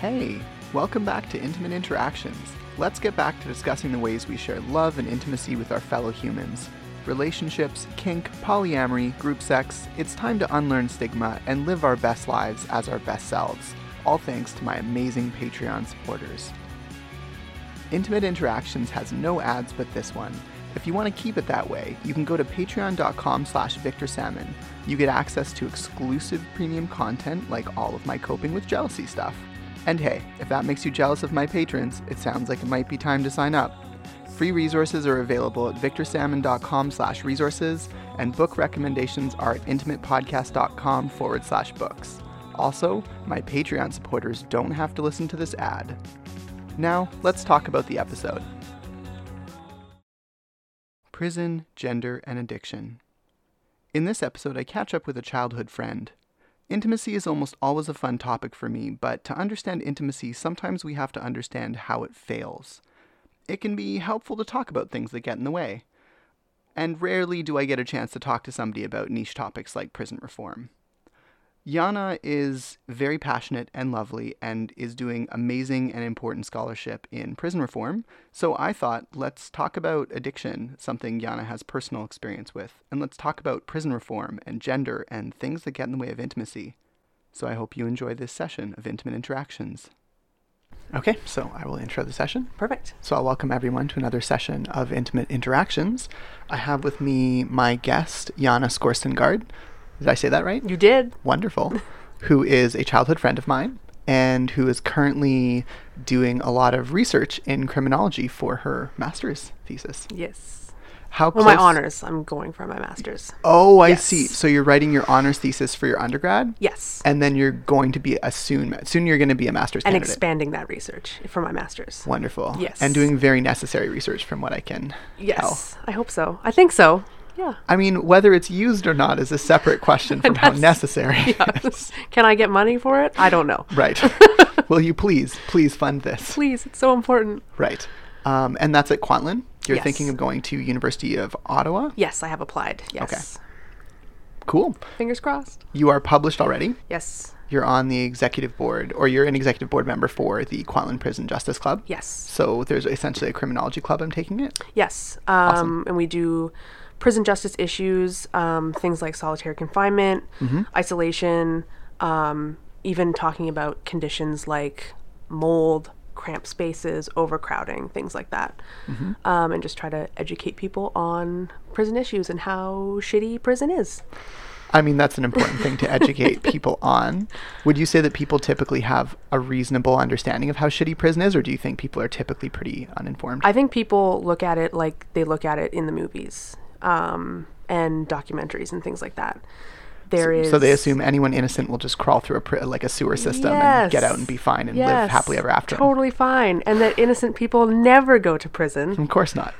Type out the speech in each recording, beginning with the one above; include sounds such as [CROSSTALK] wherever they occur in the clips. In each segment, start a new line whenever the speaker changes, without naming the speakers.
Hey, welcome back to Intimate Interactions. Let's get back to discussing the ways we share love and intimacy with our fellow humans. Relationships, kink, polyamory, group sex, it's time to unlearn stigma and live our best lives as our best selves. All thanks to my amazing Patreon supporters. Intimate Interactions has no ads but this one. If you want to keep it that way, you can go to patreon.com slash Victor Salmon. You get access to exclusive premium content like all of my coping with jealousy stuff. And hey, if that makes you jealous of my patrons, it sounds like it might be time to sign up. Free resources are available at victorsalmon.com slash resources, and book recommendations are at intimatepodcast.com forward slash books. Also, my Patreon supporters don't have to listen to this ad. Now, let's talk about the episode. Prison, Gender, and Addiction. In this episode, I catch up with a childhood friend. Intimacy is almost always a fun topic for me, but to understand intimacy, sometimes we have to understand how it fails. It can be helpful to talk about things that get in the way. And rarely do I get a chance to talk to somebody about niche topics like prison reform. Yana is very passionate and lovely and is doing amazing and important scholarship in prison reform. So I thought, let's talk about addiction, something Yana has personal experience with, and let's talk about prison reform and gender and things that get in the way of intimacy. So I hope you enjoy this session of Intimate Interactions. Okay, so I will intro the session.
Perfect.
So I'll welcome everyone to another session of Intimate Interactions. I have with me my guest, Yana Skorstengard. Did I say that right?
You did.
wonderful, who is a childhood friend of mine and who is currently doing a lot of research in criminology for her master's thesis.
Yes.
How
Well, my
close-
honors. I'm going for my master's.
Oh, I
Yes.
see. So you're writing your honors thesis for your undergrad,
Yes.
and then you're going to be a soon soon you're going to be a master's
And
candidate.
expanding that research for my master's.
Wonderful.
Yes.
And doing very necessary research from what I can tell.
Yes. I hope so. I think so. Yeah.
I mean, whether it's used or not is a separate
[LAUGHS]
question from how
That's-
necessary.
[LAUGHS]
it is.
Can I get money for it? I don't know. [LAUGHS]
Right. Will you please, please fund this?
Please, it's so important.
Right. Um, and that's at Kwantlen. You're
Yes.
thinking of going to University of Ottawa.
Yes, I have applied. Yes.
Cool.
Fingers crossed.
You are published already.
Yes.
You're on the executive board, or you're an executive board member for the Kwantlen Prison Justice Club.
Yes.
So there's essentially a criminology club. I'm taking it.
Yes. Um, And we do prison justice issues, um, things like solitary confinement,
Mm-hmm.
isolation, um, even talking about conditions like mold, cramped spaces, overcrowding, things like that.
Mm-hmm.
Um, and just try to educate people on prison issues and how shitty prison is.
I mean, that's an important thing to
[LAUGHS]
educate people on. Would you say that people typically have a reasonable understanding of how shitty prison is, or do you think people are typically pretty uninformed?
I think people look at it like they look at it in the movies um, and documentaries and things like that. There is
so they assume anyone innocent will just crawl through a pri- like a sewer system and get out and be fine and live
Yes.
happily ever after.
Totally fine. And that innocent people never go to prison.
Of course not.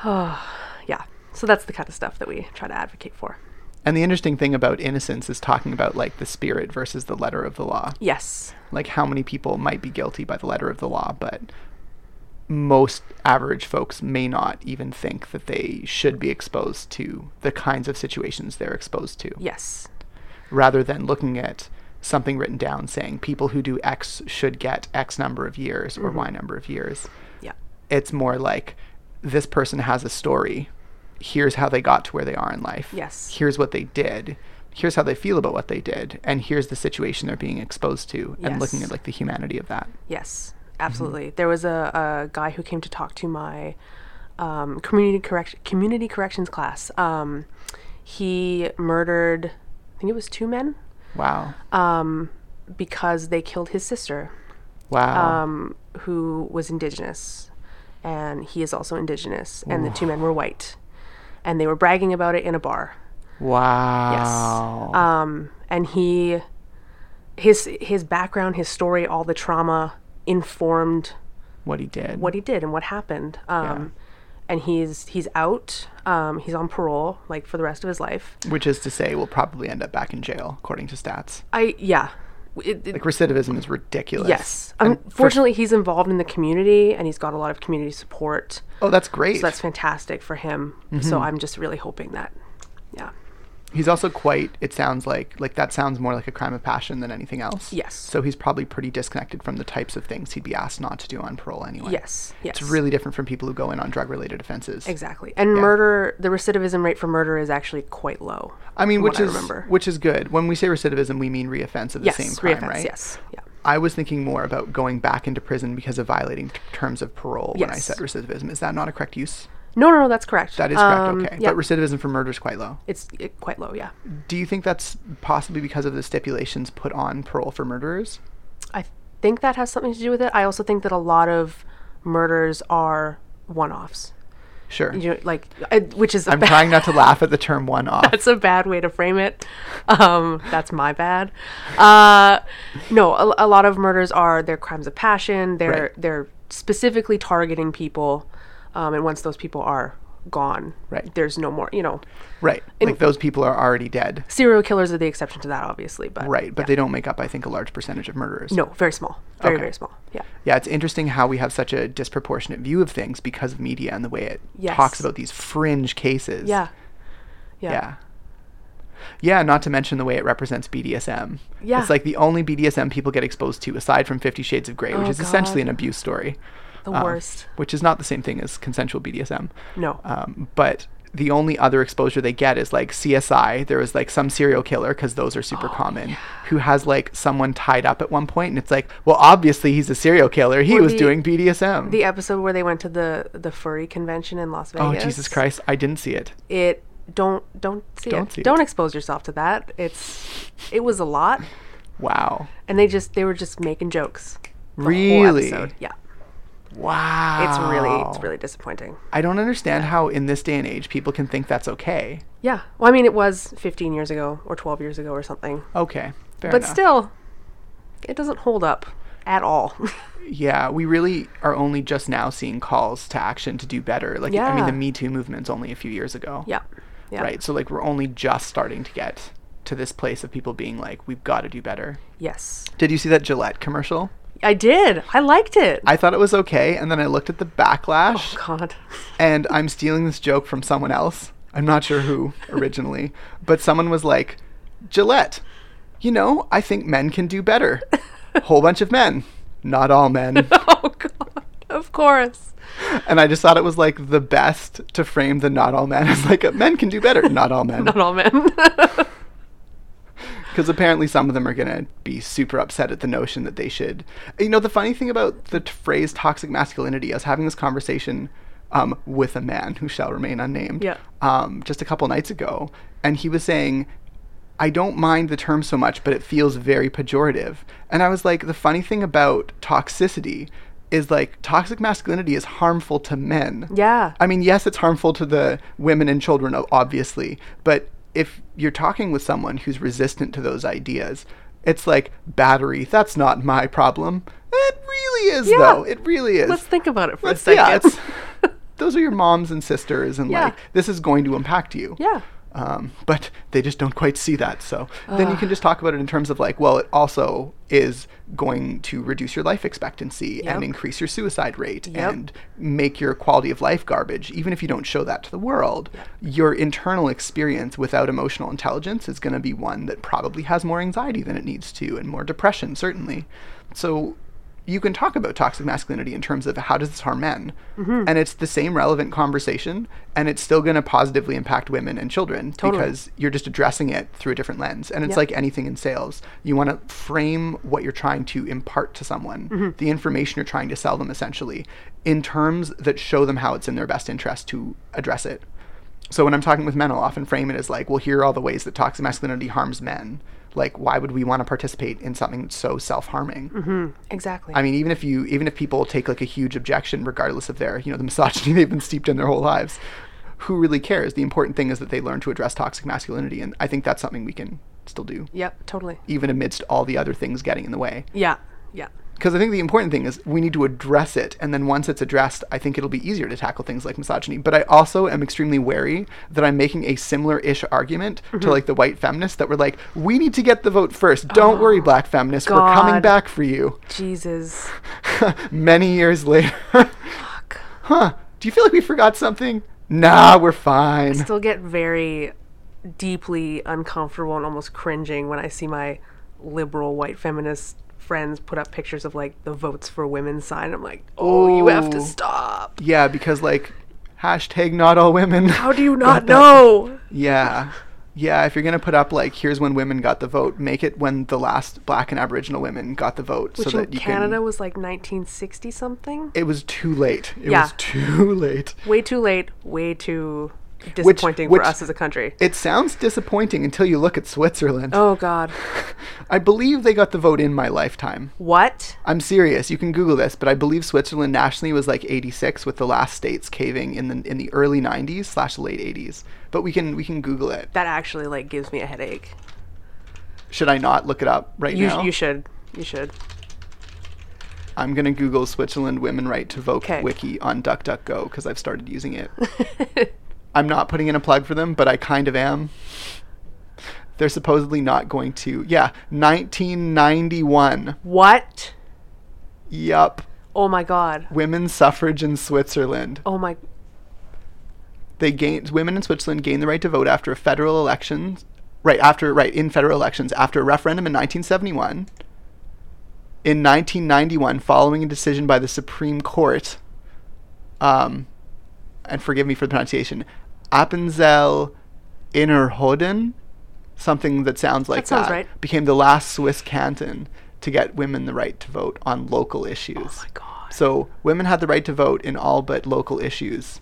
Mm-hmm.
[SIGHS] Yeah. So that's the kind of stuff that we try to advocate for.
And the interesting thing about innocence is talking about like the spirit versus the letter of the law.
Yes.
Like how many people might be guilty by the letter of the law, but most average folks may not even think that they should be exposed to the kinds of situations they're exposed to,
Yes.
rather than looking at something written down saying people who do X should get X number of years or Y number of years.
Yeah.
It's more like this person has a story. Here's how they got to where they are in life.
Yes.
Here's what they did. Here's how they feel about what they did. And here's the situation they're being exposed to and looking
Yes.
at like the humanity of that.
Yes.
Mm-hmm.
Absolutely. There was a, a guy who came to talk to my um, community correction community corrections class. Um, he murdered, I think it was two men,
Wow.
Uh, because they killed his sister
wow.
um, who was indigenous, and he is also indigenous, and the two men were white, and they were bragging about it in a bar.
wow.
Um, and he, his his background, his story, all the trauma informed
what he did.
what he did and what happened. Um, And he's he's out. Um, he's on parole, like for the rest of his life.
Which is to say, we'll probably end up back in jail, according to stats.
I yeah. It, it-
Like recidivism is ridiculous.
Yes.
And for-
Unfortunately, he's involved in the community and he's got a lot of community support.
oh, that's great. Mm-hmm.
So that's fantastic for him. So I'm just really hoping that, yeah.
He's also quite. It sounds like like that sounds more like a crime of passion than anything else.
Yes.
So he's probably pretty disconnected from the types of things he'd be asked not to do on parole anyway.
Yes, yes.
It's really different from people who go in on drug related offenses.
Exactly. And murder, the recidivism rate for murder is actually quite low.
I mean,
from
which
what I
is
remember.
which is good. When we say recidivism, we mean reoffense of the
yes,
same crime,
reoffense,
right?
Yes. Yeah.
I was thinking more about going back into prison because of violating t- terms of parole when I
Yes.
said recidivism. Is that not a correct use?
No, no, no, that's correct.
That is correct.
Um,
okay,
Yeah,
but recidivism for murder is quite low.
it's uh, quite low, yeah.
Do you think that's possibly because of the stipulations put on parole for murderers?
I think that has something to do with it. I also think that a lot of murders are one offs.
Sure.
You know, like, I, which is a
I'm
bad-
trying not to laugh at the term one off.
that's a bad way to frame it. Um, that's my bad. Uh, no, a, a lot of murders are they're crimes of passion. They're
Right.
they're specifically targeting people, um, and once those people are gone,
Right.
There's no more. You know,
Right. Like those people are already dead.
serial killers are the exception to that, obviously. But
Right. But they don't make up, I think, a large percentage of murderers.
no, very small, very
Okay.
very small. Yeah,
Yeah, it's interesting how we have such a disproportionate view of things because of media and the way it
Yes.
talks about these fringe cases.
yeah, yeah.
Yeah. Yeah, not to mention the way it represents BDSM.
Yeah.
It's like the only BDSM people get exposed to aside from 50 Shades of Grey, which
Oh,
is essentially an
God.
abuse story.
The
um,
worst.
Which is not the same thing as consensual BDSM.
No.
Um, but the only other exposure they get is like CSI. There was like some serial killer, because those are super
Oh,
common, who has like someone tied up at one point, and it's like, well, obviously he's a serial killer. He
Or
was
the-
doing BDSM.
the episode where they went to the the furry convention in Las
oh
Vegas.
Jesus Christ! I didn't see it.
it don't don't see
Don't
it.
see it.
don't expose yourself to that. It's it was a lot,
Wow.
and they just they were just making jokes. the whole
Really?
episode. Yeah.
Wow.
It's really it's really disappointing.
I don't understand how in this day and age people can think that's okay.
Yeah. Well, I mean, it was 15 years ago or 12 years ago or something,
Okay. Fair
but
enough.
still, it doesn't hold up at all. [LAUGHS]
Yeah, we really are only just now seeing calls to action to do better. Like, I mean,
Yeah.
the Me Too movement's only a few years ago.
yeah. Yeah.
Right. So, like, we're only just starting to get to this place of people being like, we've got to do better.
Yes.
Did you see that Gillette commercial?
I did. I liked it.
I thought it was okay. And then I looked at the backlash,
[LAUGHS] God. [LAUGHS]
and I'm stealing this joke from someone else. I'm not sure who [LAUGHS] originally, but someone was like, Gillette, you know, I think men can do [LAUGHS] better. Whole bunch of men. Not all [LAUGHS] men.
Oh God. Of course.
And I just thought it was like the best to frame the not all men as like men can do better. Not all men.
Not all men. [LAUGHS]
Because apparently some of them are going to be super upset at the notion that they should. You know, the funny thing about the t- phrase toxic masculinity, I was having this conversation um, with a man who shall remain unnamed
Yeah.
um, just a couple nights ago. And he was saying, I don't mind the term so much, but it feels very pejorative. And I was like, the funny thing about toxicity is like toxic masculinity is harmful to men.
yeah.
I mean, yes, it's harmful to the women and children, o- obviously, but if you're talking with someone who's resistant to those ideas, it's like battery. That's not my problem. It really is,
Yeah.
though. It really is.
Let's think about it for a
Let's-
second. [LAUGHS]
it's- those are your moms and sisters, and
Yeah.
like this is going to impact you.
yeah.
Um, but they just don't quite see that. So then you can just talk about it in terms of like, well, it also is going to reduce your life expectancy
Yep.
and increase your suicide rate
Yep.
and make your quality of life garbage. Even if you don't show that to the world, your internal experience without emotional intelligence is going to be one that probably has more anxiety than it needs to and more depression, certainly. So you can talk about toxic masculinity in terms of how does this harm men and it's the same relevant conversation and it's still going to positively impact women and children because you're just addressing it through a different lens and it's
Yep.
like anything in sales you want to frame what you're trying to impart to someone the information you're trying to sell them essentially in terms that show them how it's in their best interest to address it so when I'm talking with men, I'll often frame it as like, well, here are all the ways that toxic masculinity harms men. Like, why would we want to participate in something that's so self-harming?
Exactly.
I mean, even if you, even if people take like a huge objection, regardless of their, you know, the misogyny [LAUGHS] they've been steeped in their whole lives, who really cares? The important thing is that they learn to address toxic masculinity, and I think that's something we can still do,
yep. Totally.
even amidst all the other things getting in the way.
Yeah. Yeah.
Because I think the important thing is we need to address it, and then once it's addressed, I think it'll be easier to tackle things like misogyny. But I also am extremely wary that I'm making a similar-ish argument to like the white feminists that were like, "We need to get the vote first. Don't worry, black feminists. We're coming
God.
back for you."
Jesus.
[LAUGHS] many years later. Huh. Do you feel like we forgot something? Nah, we're fine.
Still get very deeply uncomfortable and almost cringing when I see my liberal white feminist friends put up pictures of like the votes for women sign. I'm like, oh, you have to
Oh.
stop.
Yeah, because like hashtag not all
[LAUGHS]
women.
How do you not know?
Yeah. Yeah, if you're going to put up like here's when women got the vote, make it when the last black and aboriginal women got the vote
Which
so
in
that you
Canada
can
was like 1960 something.
It was too late. It
Yeah.
was too [LAUGHS] late.
Way too late. Way too disappointing
which-
for us as a country.
It sounds disappointing until you look at Switzerland.
Oh God,
[LAUGHS] I believe they got the vote in my lifetime.
what?
I'm serious. You can Google this, but I believe Switzerland nationally was like 86, with the last states caving in the in the early 90s slash late 80s. But we can we can Google it.
That actually like gives me a headache.
Should I not look it up right
You,
now?
you should. You should.
I'm gonna Google Switzerland women right to vote
'Kay.
wiki on DuckDuckGo because I've started using it. I'm not putting in a plug for them, but I kind of am. They're supposedly not going to. Yeah, 1991.
[LAUGHS] What?
Yup.
Oh my God.
Women's suffrage in Switzerland.
Oh my.
they gained women in Switzerland gained the right to vote after a federal elections, right after right in federal elections after a referendum in 1971. In 1991, following a decision by the Supreme Court, um, and forgive me for the pronunciation, Appenzell Innerrhoden, something that sounds like that,
sounds right.
became the last Swiss canton to get women the right to vote on local issues.
Oh my God.
So women had the right to vote in all but local issues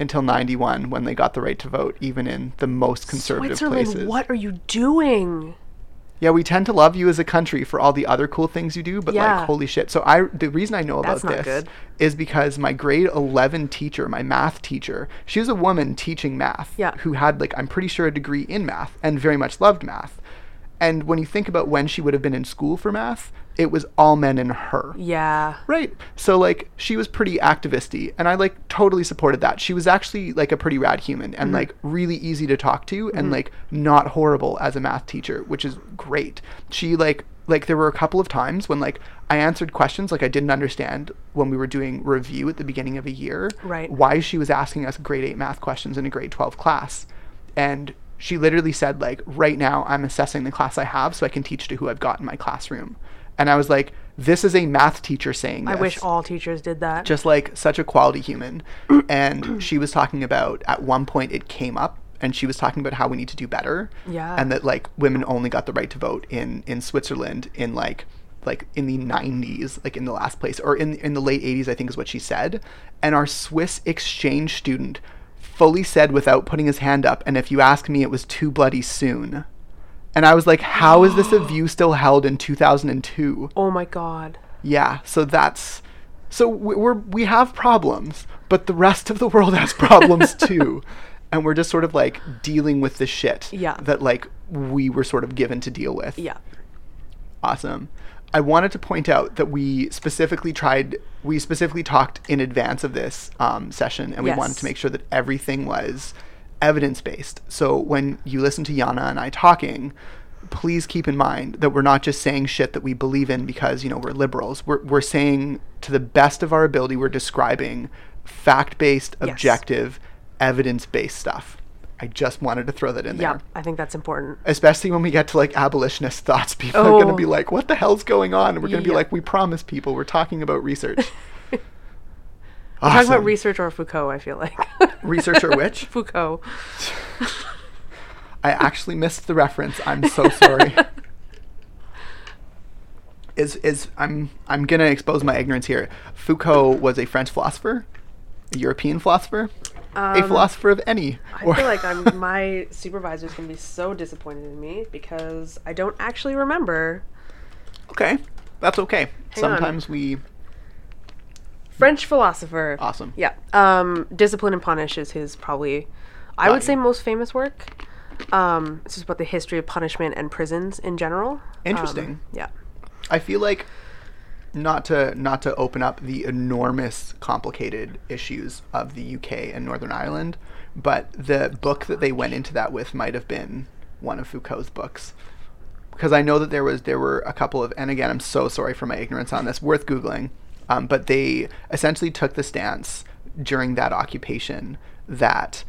until 91 when they got the right to vote even in the most conservative
Switzerland,
places.
what are you doing?
Yeah, we tend to love you as a country for all the other cool things you do, but
Yeah.
like holy shit. So I the reason I know about
That's not
this
good.
is because my grade 11 teacher, my math teacher, she was a woman teaching math
Yeah.
who had like I'm pretty sure a degree in math and very much loved math. And when you think about when she would have been in school for math, it was all men and her.
Yeah.
Right. So like she was pretty activisty and I like totally supported that. She was actually like a pretty rad human and like really easy to talk to and like not horrible as a math teacher, which is great. She like like there were a couple of times when like I answered questions like I didn't understand when we were doing review at the beginning of a year.
Right.
Why she was asking us grade 8 math questions in a grade 12 class. And she literally said like right now I'm assessing the class I have so I can teach to who I've got in my classroom. And I was like this is a math teacher saying
I
this
wish all teachers did that.
just like such a quality
[CLEARS THROAT]
human. and she was talking about at one point it came up and she was talking about how we need to do better.
Yeah.
And that like women only got the right to vote in in Switzerland in like like in the 90s, like in the last place or in in the late 80s I think is what she said. And our Swiss exchange student fully said without putting his hand up and if you ask me it was too bloody soon. And I was like, how is
[GASPS]
this a view still held in 2002?
oh my God.
Yeah, so that's so we- we're we have problems, but the rest of the world has problems too, and we're just sort of like dealing with the shit
Yeah.
that like we were sort of given to deal with.
Yeah.
Awesome. I wanted to point out that we specifically tried, we specifically talked in advance of this um, session, and we wanted
Yes.
to make sure that everything was evidence based. So when you listen to Yana and I talking, please keep in mind that we're not just saying shit that we believe in because, you know, we're liberals. We're, we're saying to the best of our ability, we're describing fact based, objective, evidence based stuff. I just wanted to throw that in
Yeah.
there
I think that's important. [LAUGHS]
especially when we get to like abolitionist thoughts people are going to
Oh.
be like what the hell's going on and we're going to
Yeah.
be like we promise people we're talking about
[LAUGHS]
research
Talking about
Awesome.
research or Foucault, I feel like. [LAUGHS]
research or which
Foucault.
i actually missed the reference i'm [LAUGHS]
[LAUGHS]
so sorry is is i'm i'm going to expose my ignorance here foucault was a french philosopher a european philosopher a philosopher of any
Um, I feel
[LAUGHS]
like I'm, my supervisor's going to be so disappointed in me because I don't actually remember.
okay that's okay
on.
sometimes we
French philosopher.
awesome
Yeah. Um, Discipline and Punish is his probably, I would
Right.
say, most famous work. Um, this is about the history of punishment and prisons in general.
Interesting.
Um, yeah.
I feel like not to not to open up the enormous complicated issues of the UK and Northern Ireland, but the book that they went into that with might have been one of Foucault's books. Because I know that there was there were a couple of and again I'm so sorry for my ignorance on this, worth googling. Um, but they essentially took the stance during that occupation that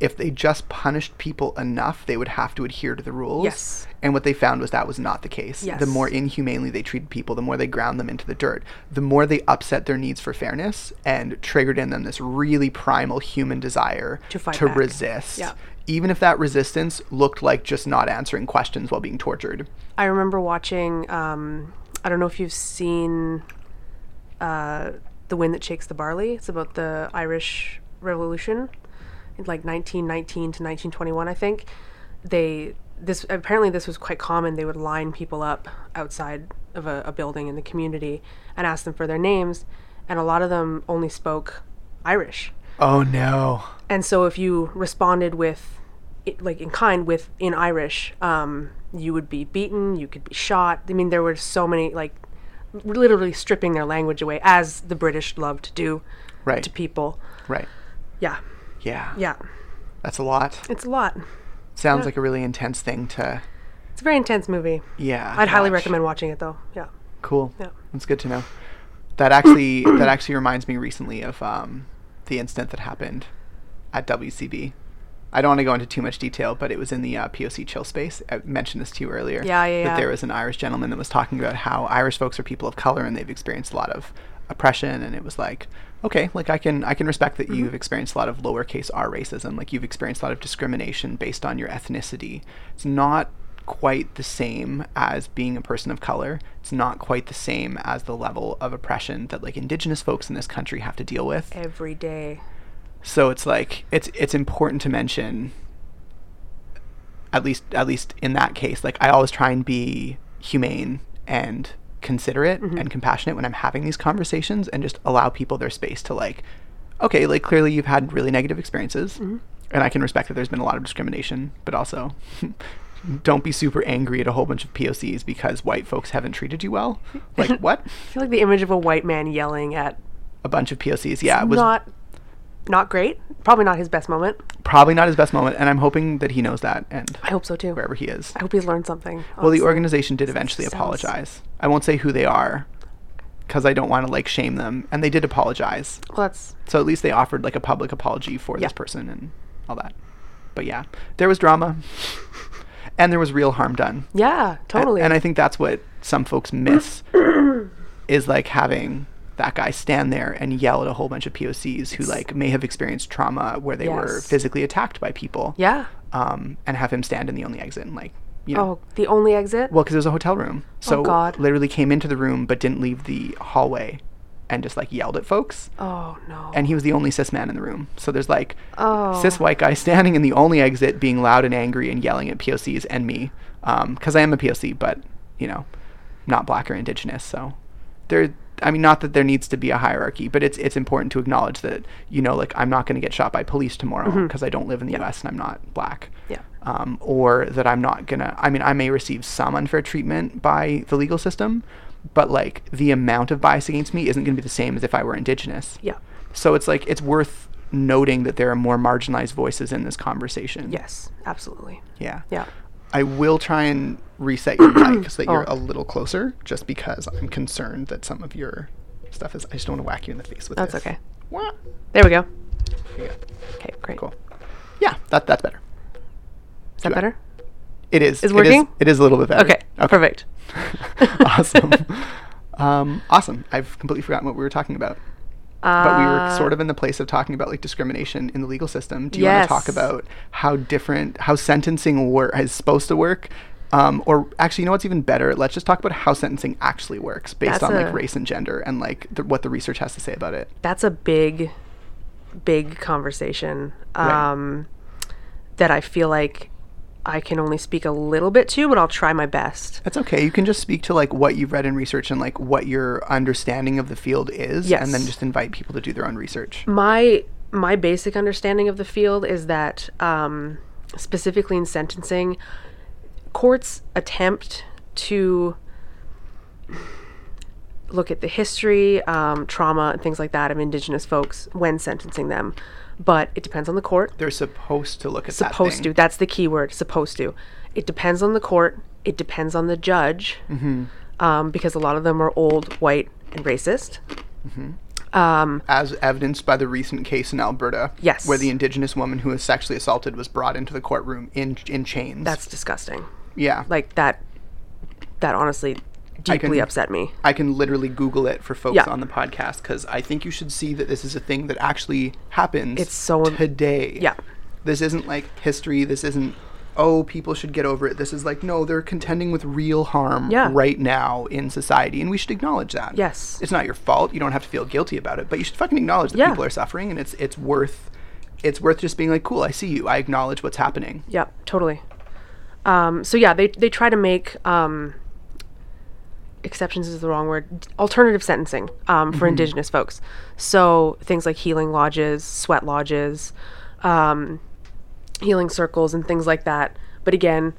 if they just punished people enough, they would have to adhere to the rules.
Yes.
And what they found was that was not the case.
Yes.
The more inhumanely they treated people, the more they ground them into the dirt, the more they upset their needs for fairness and triggered in them this really primal human desire
To fight back.
resist.
Yeah.
Even if that resistance looked like just not answering questions while being tortured.
I remember watching. Um, I don't know if you've seen uh, the wind that shakes the barley. It's about the Irish Revolution, in like 1919 to 1921, I think. They this apparently this was quite common. They would line people up outside of a, a building in the community and ask them for their names, and a lot of them only spoke Irish.
Oh no.
And so if you responded with, it, like in kind with in Irish, um, you would be beaten. You could be shot. I mean, there were so many like, literally stripping their language away, as the British loved to do
Right.
to people.
Right.
Yeah,
Yeah.
yeah,
That's a lot.
it's a lot.
Sounds like a really intense thing to
It's a very intense movie.
yeah.
I'd highly
watch.
recommend watching it though. Yeah.
Cool.
Yeah.
That's good to know. That actually
[COUGHS]
that actually reminds me recently of um, the incident that happened at WCB. I don't want to go into too much detail, but it was in the uh, POC chill space. I mentioned this to you earlier.
Yeah, yeah,
That
yeah.
there was an Irish gentleman that was talking about how Irish folks are people of color and they've experienced a lot of oppression, and it was like, okay, like I can I can respect that you've experienced a lot of lowercase r racism, like you've experienced a lot of discrimination based on your ethnicity. It's not quite the same as being a person of color. It's not quite the same as the level of oppression that like indigenous folks in this country have to deal with.
Every day.
So it's like it's it's important to mention at least at least in that case, like I always try and be humane and considerate and compassionate when I'm having these conversations and just allow people their space to like okay, like clearly you've had really negative experiences and I can respect that there's been a lot of discrimination, but also [LAUGHS] don't be super angry at a whole bunch of POCs because white folks haven't treated you well. Like what?
I feel like the image of a white man yelling at
A bunch of POCs. Yeah, it was
not not great. Probably not his best moment.
probably not his best moment and I'm hoping that he knows that and
I hope so too.
wherever he is.
I hope he's learned something.
Well, the
honestly.
organization did eventually
sounds-
apologize. I won't say who they are because I don't want to like shame them. And they did apologize.
well, that's
So at least they offered like a public apology for
Yeah.
this person and all that. But yeah, there was drama and there was real harm done.
yeah,
And-
totally.
And I think that's what some folks
[COUGHS]
miss is like having that guy stand there and yell at a whole bunch of POCs who like may have experienced trauma where they were
Yes.
physically attacked by people.
yeah.
Um, and have him stand in the only exit and like, you know,
Oh, the only exit?
Well, because it was a hotel room. So
God.
literally came into the room but didn't leave the hallway and just like yelled at folks.
oh no. Oh.
And he was the only cis man in the room. So there's like cis white guy [LAUGHS] standing in the only exit being loud and angry and yelling at POCs and me. Because I am a POC, but, you know, not black or indigenous. So there, I mean, not that there needs to be a hierarchy, but it's, it's important to acknowledge that, you know, like I'm not going to get shot by police tomorrow because I don't live in the US and I'm not black
yeah.
um, or that I'm not gonna. I mean, I may receive some unfair treatment by the legal system, but like the amount of bias against me isn't gonna be the same as if I were indigenous.
Yeah.
So it's like it's worth noting that there are more marginalized voices in this conversation.
Yes, absolutely.
Yeah.
Yeah.
I will try and reset your mic so that you're
[CLEARS THROAT] Oh.
a little closer, just because I'm concerned that some of your stuff is. I just don't want to whack you in the face with
That's
this.
okay.
Wah.
There we go.
Here you go.
Okay, great.
Cool. Yeah, that that's better.
Is that
Yeah.
better?
It is.
Is
it
working?
It is a little bit better.
Okay. Perfect.
[LAUGHS]
[LAUGHS]
awesome. Um, awesome. I've completely forgotten what we were talking about. But we were
Uh,
sort of in the place of talking about like discrimination in the legal system. Do you
Yes.
want to talk about how different how sentencing wor- is supposed to work? Um, or actually, you know what's even better? Let's just talk about how sentencing actually works based
That's
on
a-
like race and gender and like the, what the research has to say about it.
That's a big, big conversation
Right.
um, that I feel like I can only speak a little bit to, but I'll try my best.
That's okay. You can just speak to like what you've read in research and like what your understanding of the field is,
Yes. Mm.
and then just invite people to do their own research.
my my basic understanding of the field is that um, specifically in sentencing courts attempt to look at the history um, trauma and things like that of indigenous folks when sentencing them but it depends on the court
They're supposed to look at that.
supposed
thing.
to that's the key word supposed to it depends on the court it depends on the
Mm-hmm.
judge um, because a lot of them are old white and racist Um,
as evidenced by the recent case in Alberta,
Yes.
where the indigenous woman who was sexually assaulted was brought into the courtroom in in chains.
that's disgusting.
yeah.
Like that. That honestly deeply
can-
upset me.
I can literally Google it for folks
Yeah.
on the podcast because I think you should see that this is a thing that actually happens.
It's so-
today.
Yeah.
This isn't like history. This isn't oh people should get over it. This is like no, they're contending with real harm
Yeah.
right now in society, and we should acknowledge that.
Yes.
it's not your fault. You don't have to feel guilty about it, but you should fucking acknowledge that
Yeah.
people are suffering, and it's it's worth it's worth just being like cool. I see you. I acknowledge what's happening.
Yep, totally. Um, so yeah, they they try to make um, exceptions is the wrong word. d- Alternative sentencing um, for Indigenous folks. So things like healing lodges, sweat lodges, um, healing circles, and things like that. But again,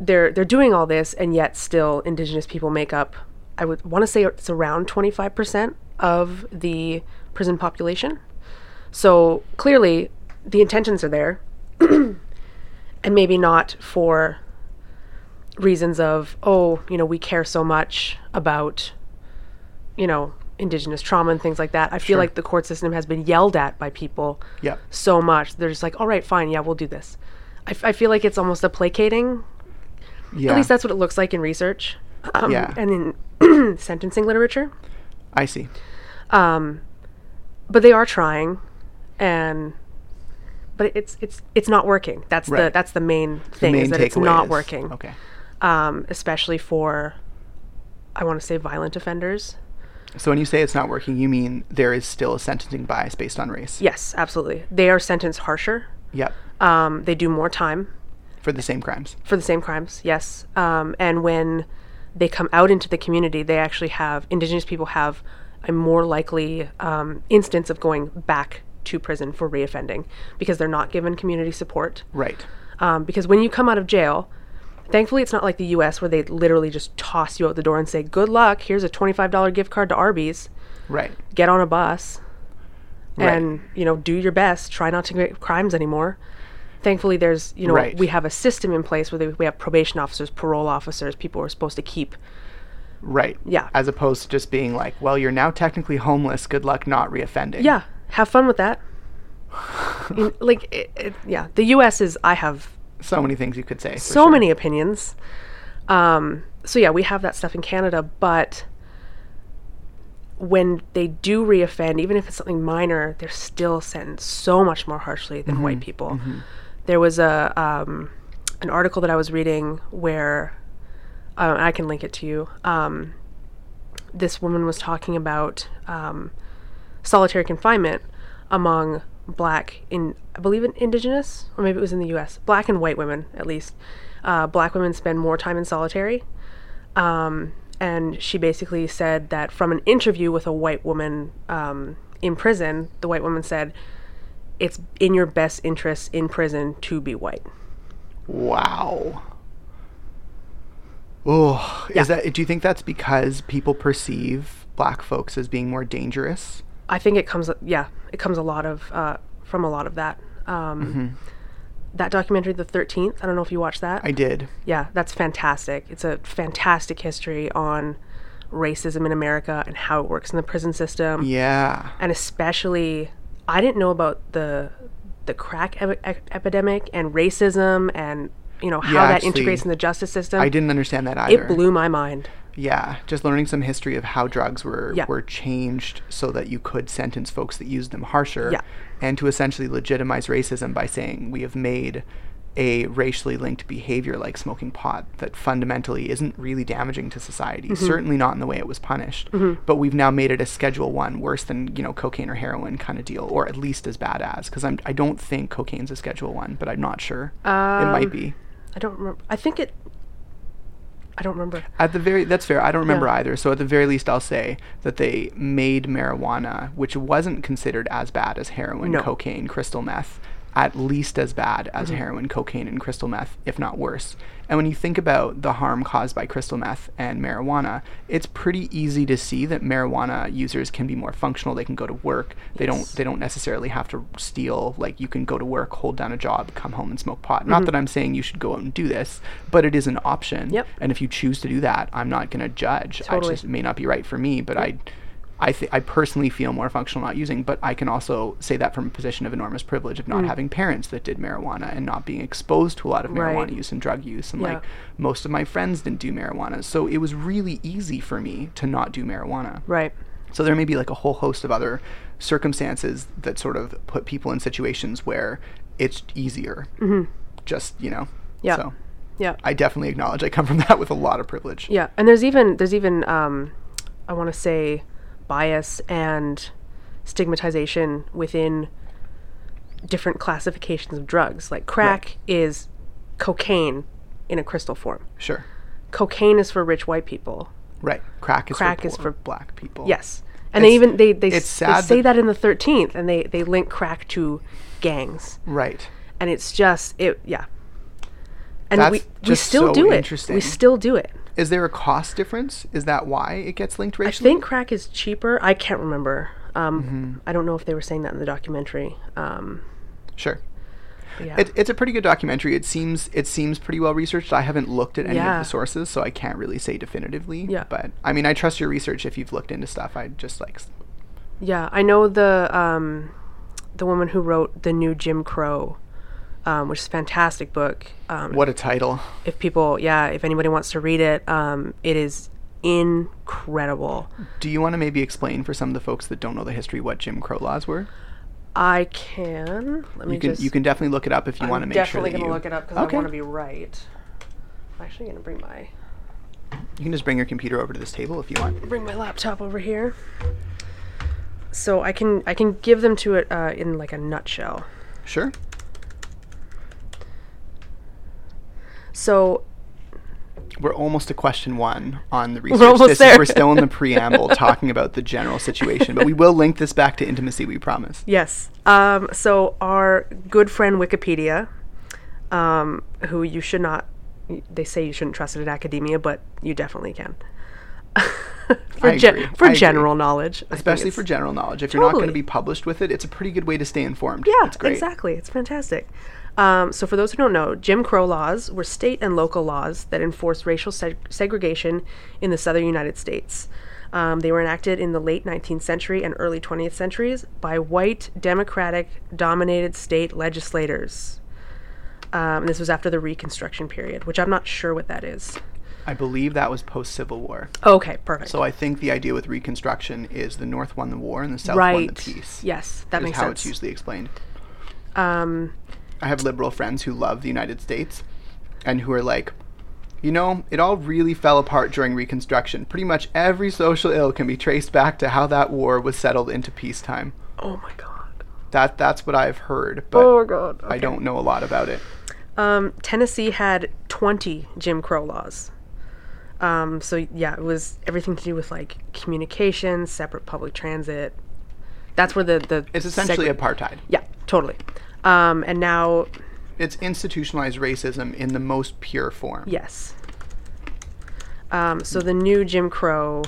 they're they're doing all this, and yet still Indigenous people make up. I would want to say it's around twenty five percent of the prison population. So clearly, the intentions are there [CLEARS THROAT] and maybe not for reasons of oh you know we care so much about you know indigenous trauma and things like that i feel like the court system has been yelled at by people
Yep.
so much they're just like all right fine yeah we'll do this i, f- I feel like it's almost a placating
Yeah.
at least that's what it looks like in research um,
Yeah.
and in [CLEARS THROAT] sentencing literature
I see.
but they are trying and but it's it's it's not working that's the
Right.
that's the main thing is that it's
takeaway
not
is-
working
Okay.
um, especially for I want to say violent offenders.
So when you say it's not working, you mean there is still a sentencing bias based on race.
Yes, absolutely. They are sentenced harsher.
Yep.
Um, they do more time
For the same crimes.
for the same crimes. Yes, um, and when they come out into the community, they actually have Indigenous people have a more likely um, instance of going back to prison for reoffending because they're not given community support.
Right.
Um, because when you come out of jail, thankfully it's not like the U.S. where they literally just toss you out the door and say, "Good luck. Here's a twenty-five dollar gift card to Arby's."
Right.
get on a bus
Right.
and you know do your best try not to commit crimes anymore thankfully there's you know
Right.
we have a system in place where they, we have probation officers parole officers people who are supposed to keep
Right.
Yeah.
As opposed to just being like, well, you're now technically homeless. Good luck not reoffending.
yeah have fun with that [SIGHS] In- like it, it, yeah the us is i have
So many things you could say. for
so
sure.
many opinions um, so yeah we have that stuff in canada but when they do reoffend even if it's something minor they're still sentenced so much more harshly than
Mm-hmm.
white people there was a um, an article that i was reading where uh, i can link it to you um, this woman was talking about um, solitary confinement among black in I believe in indigenous or maybe it was in the U.S. black and white women at least. Uh, black women spend more time in solitary, um, and she basically said that from an interview with a white woman um, in prison, the white woman said, "It's in your best interest in prison to be white."
Wow. Oh, is that? Do you think that's because people perceive black folks as being more dangerous?
I think it comes, yeah, it comes a lot of uh, from a lot of that. Um, That documentary, The Thirteenth. I don't know if you watched that.
I did.
yeah, that's fantastic. It's a fantastic history on racism in America and how it works in the prison system,
Yeah.
and especially I didn't know about the the crack epi- ep- epidemic and racism and you know how
Yeah,
that
actually,
integrates in the justice system.
I didn't understand that either.
It blew my mind.
Yeah, just learning some history of how drugs were
Yeah.
were changed so that you could sentence folks that used them harsher,
Yeah.
and to essentially legitimize racism by saying we have made a racially linked behavior like smoking pot that fundamentally isn't really damaging to society
Mm-hmm.
certainly not in the way it was punished but we've now made it a schedule 1 worse than you know cocaine or heroin kind of deal or at least as bad as cuz I'm I don't think cocaine's a schedule 1 but I'm not sure it
Um,
might be
I don't remember. I think it. I don't remember.
At the very, that's fair. I don't remember
Yeah.
either. So at the very least, I'll say that they made marijuana, which wasn't considered as bad as heroin,
No. Mm-hmm.
cocaine, crystal meth, at least as bad as heroin, cocaine, and crystal meth, if not worse. And when you think about the harm caused by crystal meth and marijuana, it's pretty easy to see that marijuana users can be more functional. They can go to work. They don't. They don't necessarily have to steal. Like you can go to work, hold down a job, come home and smoke pot. Not that I'm saying you should go out and do this, but it is an option.
Mm-hmm. Yep.
And if you choose to do that, I'm not going to judge.
Totally.
I just it may not be right for me, but I I, th- I personally feel more functional not using, but I can also say that from a position of enormous privilege of
Mm.
not having parents that did marijuana and not being exposed to a lot of marijuana
Right.
use and drug use. And
Yeah.
like most of my friends didn't do marijuana. So it was really easy for me to not do marijuana.
Right.
So there may be like a whole host of other circumstances that sort of put people in situations where it's easier. Just, you know.
Mm-hmm. Yeah.
So
Yeah.
I definitely acknowledge I come from [LAUGHS] that with a lot of privilege.
Yeah, and there's even there's even um, I want to say bias and stigmatization within different classifications of drugs. Like crack is cocaine in a crystal form.
Sure.
Cocaine is for rich white people.
Right. Crack is
Crack
for
is
poor
for-
black people.
Yes, and
It's-
they even they they,
it's
s- they
sad
say
that-
that, in the Thirteenth, and they they link crack to gangs,
Right.
and it's just it yeah. And
That's
we, we
just
still
so
do it.
interesting.
We still do it.
Is there a cost difference? Is that why it gets linked
I
racially?
think crack is cheaper. I can't remember. Um,
Mm-hmm.
I don't know if they were saying that in the documentary. Um,
Sure.
but yeah.
It, it's a pretty good documentary. It seems it seems pretty well researched. I haven't looked at any of
Yeah.
the sources, so I can't really say definitively.
Yeah.
But I mean, I trust your research. If you've looked into stuff, I just like s-
yeah, I know the um, the woman who wrote the new Jim Crow, um, which is a fantastic book. Um,
what a title.
if people, yeah, if anybody wants to read it, um, it is incredible.
Do you want to maybe explain for some of the folks that don't know the history what Jim Crow laws were?
I can. Let me
You can
just.
you can definitely look it up if you
I'm
want to make sure
definitely
that
gonna
you
look it up because
Okay.
I want to be right. I'm actually gonna bring my
You can just bring your computer over to this table if you want.
bring my laptop over here so i can i can give them to it uh, in like a nutshell
Sure.
so
We're almost to question one on the research.
almost
this Is,
there.
we're still
[LAUGHS]
in the preamble talking about the general situation, but we will link this back to intimacy, we promise.
yes um, so our good friend wikipedia um, who you should not they say you shouldn't trust it in academia but you definitely can [LAUGHS] for,
I
gen-
agree. I
for
agree.
general knowledge I think
Especially
it's-
for general knowledge. If you're not going to
Totally.
be published with it, it's a pretty good way to stay informed.
Yeah,
it's great.
exactly. It's fantastic. Um, so, for those who don't know, Jim Crow laws were state and local laws that enforced racial seg- segregation in the southern United States. Um, they were enacted in the late 19th century and early 20th centuries by white, Democratic dominated state legislators. Um, this was after the Reconstruction period, which I'm not sure what that is.
I believe that was post Civil War.
Okay, perfect.
So I think the idea with Reconstruction is the North won the war and the South won the
right.
peace.
Yes, that
is
makes
how
sense. Um,
it's usually explained. Um, I have liberal friends who love the United States and who are like, you know, it all really fell apart during Reconstruction. Pretty much every social ill can be traced back to how that war was settled into peacetime.
Oh my god.
That that's what I've heard, but
Oh my god.
I don't know a lot about it.
um, Tennessee had 20 Jim Crow laws. Um, so yeah, it was everything to do with like communication, separate public transit. That's where the the
It's essentially
segre-
apartheid.
yeah, totally. Um, and now
It's institutionalized racism in the most pure form.
yes. Um, so the new Jim Crow,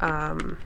um,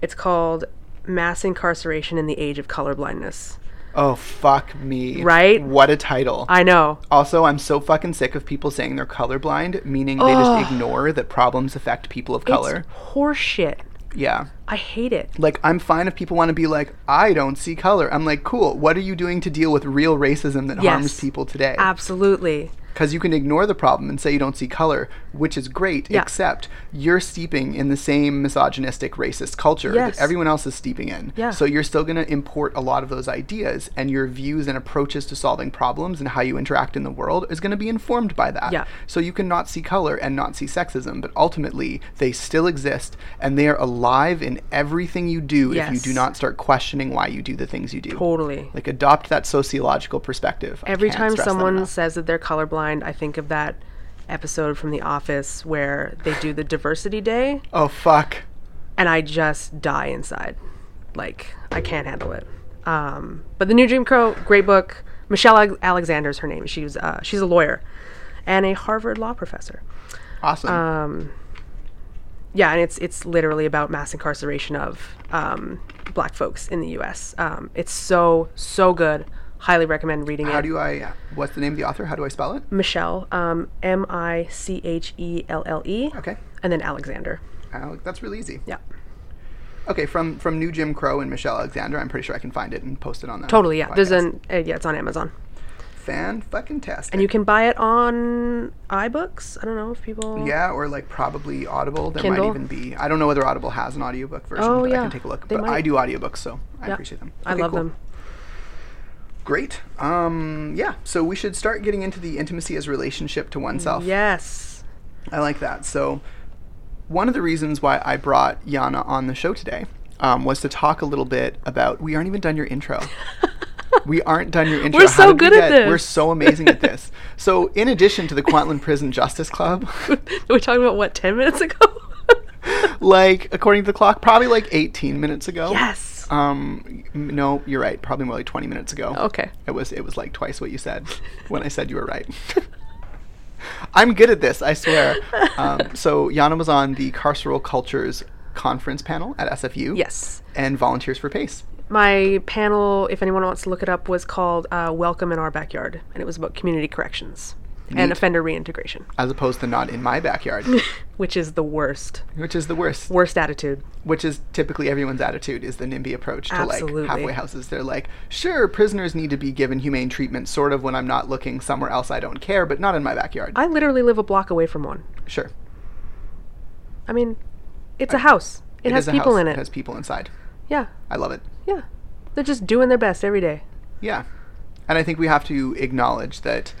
it's called mass incarceration in the age of colorblindness.
Oh fuck me.
Right?
What a title.
I know.
Also, I'm so fucking sick of people saying they're colorblind, meaning they just ignore that problems affect people of color.
It's horseshit.
Yeah.
I hate it.
Like, I'm fine if people want to be like, I don't see color. I'm like, cool. What are you doing to deal with real racism that harms
Yes.
people today?
Absolutely.
Because you can ignore the problem and say you don't see color, which is great,
Yeah.
except you're steeping in the same misogynistic, racist culture
Yes.
that everyone else is steeping in.
Yeah.
So you're still going to import a lot of those ideas, and your views and approaches to solving problems and how you interact in the world is going to be informed by that.
Yeah.
So you can not see color and not see sexism, but ultimately they still exist and they are alive in everything you do if you
Yes.
do not start questioning why you do the things you do.
Totally.
Like adopt that sociological perspective. I
Every
can't
time
stress that
someone
enough.
says that they're colorblind, I think of that episode from The Office where they do the diversity day,
Oh, fuck.
and I just die inside. Like, I can't handle it. Um, but The New Dream Crow, great book. Michelle Ag- Alexander is her name. She's, uh, she's a lawyer and a Harvard law professor.
Awesome.
Um, Yeah, and it's, it's literally about mass incarceration of um, black folks in the U.S. Um, it's so, so good. Highly recommend reading it.
How do I? What's the name of the author? How do I spell it?
Michelle, um, M I C H E L E. L E.
Okay.
And then Alexander.
Alec, Uh, that's really easy.
Yeah.
Okay, from from New Jim Crow and Michelle Alexander. I'm pretty sure I can find it and post it on that.
Totally, yeah. There's an uh, yeah, it's on Amazon,
fan fucking test.
and you can buy it on iBooks. I don't know if people.
Yeah, or like probably Audible. There
Kindle?
might even be. I don't know whether Audible has an audiobook version,
Oh,
but I
yeah.
can take a look.
They
but
might.
I do audiobooks, so I
Yeah.
appreciate them.
I
Okay,
love
cool.
them.
Great. Um, yeah, so we should start getting into the intimacy as relationship to oneself.
Yes. [LAUGHS]
I like that. So, one of the reasons why I brought Yana on the show today um, was to talk a little bit about. We aren't even done your
[LAUGHS]
intro. we aren't done your intro.
We're
How
so
did we
good at
get-
this.
We're so amazing at
[LAUGHS]
this. So, in addition to the Kwantlen Prison Justice Club,
we talked about what ten minutes ago. [LAUGHS]
like according to the clock, probably like 18 minutes ago.
yes.
Um, m- no, you're right. Probably more like 20 minutes ago.
Okay.
It was it was like twice what you said when I said you were right. [LAUGHS] I'm good at this, I swear. Um, so Yana was on the Carceral Cultures conference panel at SFU.
Yes.
And Volunteers for Pace.
My panel, if anyone wants to look it up, was called uh, "Welcome in Our Backyard," and it was about community corrections and
Neat.
offender reintegration,
As opposed to not in my
[LAUGHS]
backyard,
which is the worst,
which is the worst.
worst attitude.
Which is typically everyone's attitude is the NIMBY approach to
Absolutely.
like halfway houses. They're like, sure, prisoners need to be given humane treatment, sort of when I'm not looking somewhere else I don't care, but not in my backyard.
I literally live a block away from one.
sure.
I mean, it's a house. It, has
is a
people
house.
in
It
it.
has people inside.
yeah,
I love it.
yeah. They're just doing their best every day.
Yeah. And I think we have to acknowledge that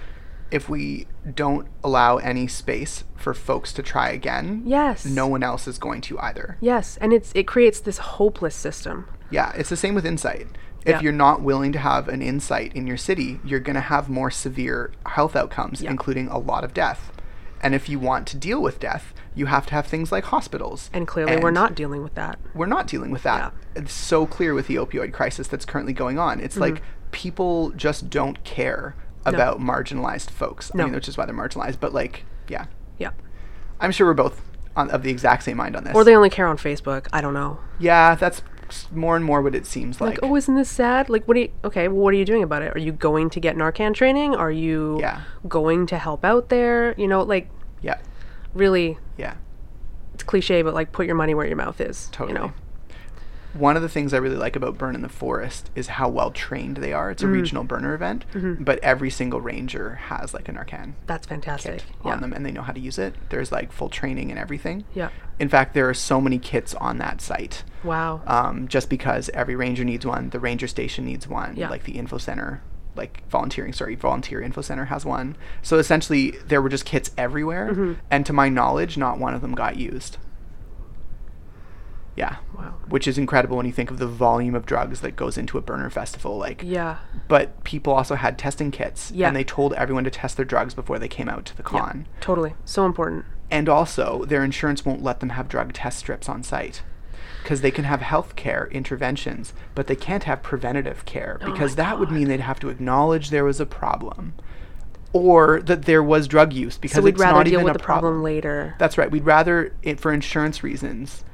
if we don't allow any space for folks to try again,
Yes.
no one else is going to either.
Yes, and it's it creates this hopeless system.
Yeah, it's the same with insight. If
Yeah.
you're not willing to have an insight in your city, you're going to have more severe health outcomes, including a lot of death. And if you want to deal with death, you have to have things like hospitals.
And clearly, we're
And-
not dealing with that.
we're not dealing with that. It's so clear with the opioid crisis that's currently going on. It's like
Mm-hmm.
people just don't care about marginalized folks. I mean,
No.
which is why they're marginalized. But like, yeah,
Yeah.
I'm sure we're both on, of the exact same mind on this.
Or they only care on Facebook. I don't know.
yeah, that's s- more and more what it seems like.
Like, oh, isn't this sad? Like, what are you? Okay, well, what are you doing about it? Are you going to get Narcan training? Are you
Yeah.
going to help out there? You know, like,
yeah,
really,
yeah.
it's cliche, but like, put your money where your mouth is.
Totally.
You know,
One of the things I really like about Burn in the Forest is how well trained they are.
Mm-hmm.
It's a regional burner event, but every single ranger has like an Arcan
that's fantastic. Yeah.
on them and they know how to use it. There's like full training and everything.
Yeah.
In fact, there are so many kits on that site.
Wow.
Um, just because every ranger needs one, the ranger station needs one,
Yeah.
like the info center, like volunteering, sorry, volunteer info center has one. So essentially, there were just kits everywhere,
Mm-hmm.
and to my knowledge, not one of them got used. Yeah,
wow.
which is incredible when you think of the volume of drugs that goes into a burner festival. Like,
Yeah.
but people also had testing kits,
Yeah.
and they told everyone to test their drugs before they came out to the con.
Totally. So important.
And also, their insurance won't let them have drug test strips on site because they can have health care interventions, but they can't have preventative care
Oh
because that would mean they'd have to acknowledge there was a problem or that there was drug use because
So we'd
it's
rather
not
deal
even
with
a
the
problem.
problem later.
That's right. We'd rather, it, for insurance reasons,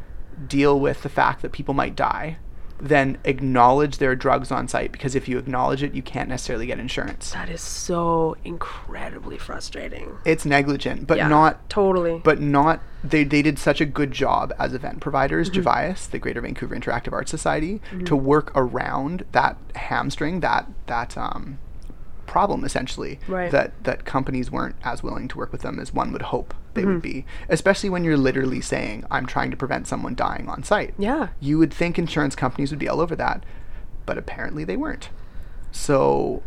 deal with the fact that people might die than acknowledge there are drugs on site because if you acknowledge it, you can't necessarily get insurance.
That is so incredibly frustrating.
It's negligent, but
Yeah,
not
totally.
but not they, they did such a good job as event providers Javias, the greater vancouver interactive arts society to work around that hamstring that that um, problem essentially
Right.
that that companies weren't as willing to work with them as one would hope they would be especially when you're literally saying i'm trying to prevent someone dying on site
yeah.
you would think insurance companies would be all over that, but apparently they weren't. So,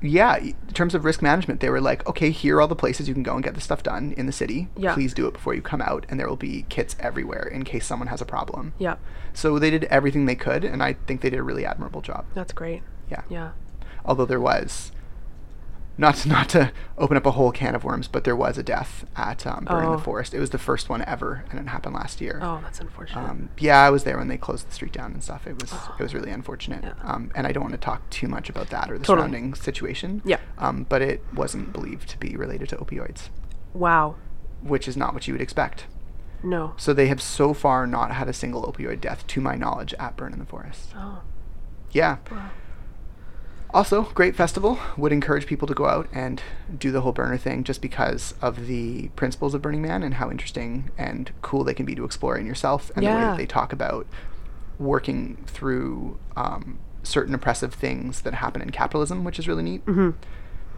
yeah, y- in terms of risk management, they were like, okay, here are all the places you can go and get this stuff done in the city.
Yeah.
Please do it before you come out, and there will be kits everywhere in case someone has a problem.
Yeah.
So they did everything they could, and I think they did a really admirable job.
That's great.
Yeah.
Yeah.
Although there was. Not to, not to open up a whole can of worms, but there was a death at um, Burn in
Oh.
the Forest. It was the first one ever, and it happened last year
Oh, that's unfortunate.
um, yeah, I was there when they closed the street down and stuff. It was it was really unfortunate,
Ah. Yeah.
um, and I don't want to talk too much about that or the
Totally.
surrounding situation.
Yeah.
um, but it wasn't believed to be related to opioids,
wow.
which is not what you would expect.
No.
So they have so far not had a single opioid death, to my knowledge, at Burn in the Forest.
Oh.
Yeah. Also, great festival. Would encourage people to go out and do the whole burner thing just because of the principles of Burning Man and how interesting and cool they can be to explore in yourself and the way
Yeah.
that they talk about working through um, certain oppressive things that happen in capitalism, which is really neat.
Mm-hmm.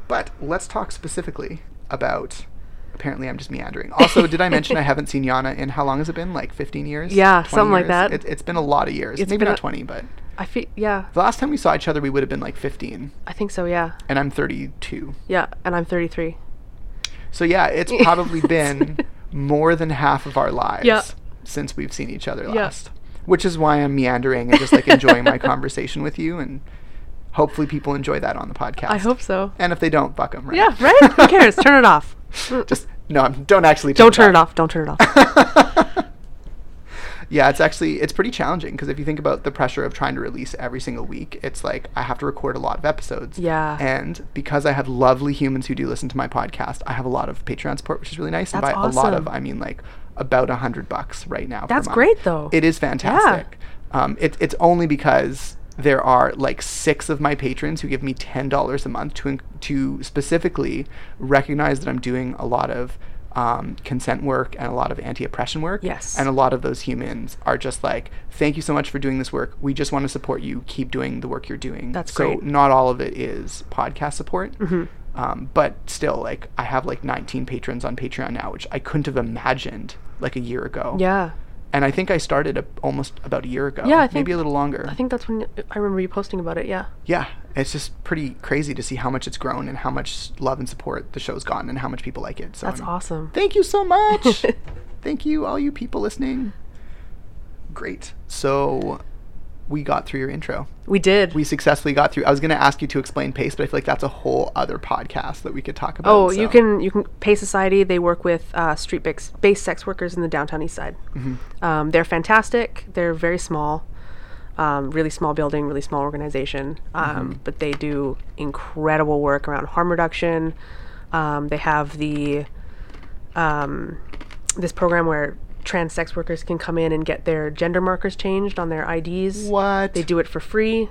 But let's talk specifically about. Apparently, I'm just meandering. Also, did I
[LAUGHS]
mention I haven't seen Yana in how long has it been? Like 15 years?
Yeah,
20
something like
years?
that.
It, it's been a lot of years.
It's
Maybe
been
not
a-
20, but
I feel yeah.
the last time we saw each other, we would have been like 15,
I think so. Yeah.
and I'm 32.
Yeah. And I'm 33.
So yeah, it's
[LAUGHS]
probably been more than half of our lives
Yeah.
since we've seen each other
Yeah.
last. Which is why I'm meandering and just like enjoying
[LAUGHS]
my conversation with you and hopefully people enjoy that on the podcast.
I hope so.
And if they don't, fuck them, right?
Yeah. Right. Who cares?
[LAUGHS]
Turn it off.
Just no, I'm- don't actually
Don't turn it off. Don't turn it off.
[LAUGHS] Yeah, it's actually it's pretty challenging because if you think about the pressure of trying to release every single week, it's like I have to record a lot of episodes.
Yeah.
And because I have lovely humans who do listen to my podcast, I have a lot of Patreon support, which is really nice.
That's
and by a lot
awesome.
of, I mean like about a hundred bucks right now. per
That's
month.
great, though.
It is fantastic. Um, it, it's only because there are like six of my patrons who give me ten dollars a month to in- to specifically recognize that I'm doing a lot of um, consent work and a lot of anti-oppression work.
Yes.
And a lot of those humans are just like, thank you so much for doing this work. We just want to support you. Keep doing the work you're doing.
That's
so
great. Mm-hmm.
not all of it is podcast support. Um, but still, like I have like 19 patrons on Patreon now, which I couldn't have imagined like a year ago.
yeah.
And I think I started a, almost about a year ago.
Yeah, I think-
maybe a little longer.
I think that's when I remember you posting about it. Yeah.
yeah, it's just pretty crazy to see how much it's grown and how much love and support the show's gotten and how much people like it. So
That's
I'm-
awesome.
Thank you so
[LAUGHS]
much. Thank you, all you people listening. Great. So we got through your intro.
We did.
We successfully got through. I was going to ask you to explain pace, but I feel like that's a whole other podcast that we could talk about.
Oh, you
so-
can you can Pay Society. They work with uh, street based, based sex workers in the downtown east side.
Mm-hmm.
Um, they're fantastic. They're very small, um, really small building, really small organization. Um,
Mm-hmm.
But they do incredible work around harm reduction. Um, they have the um, this program where trans sex workers can come in and get their gender markers changed on their IDs.
What?
They do it for free.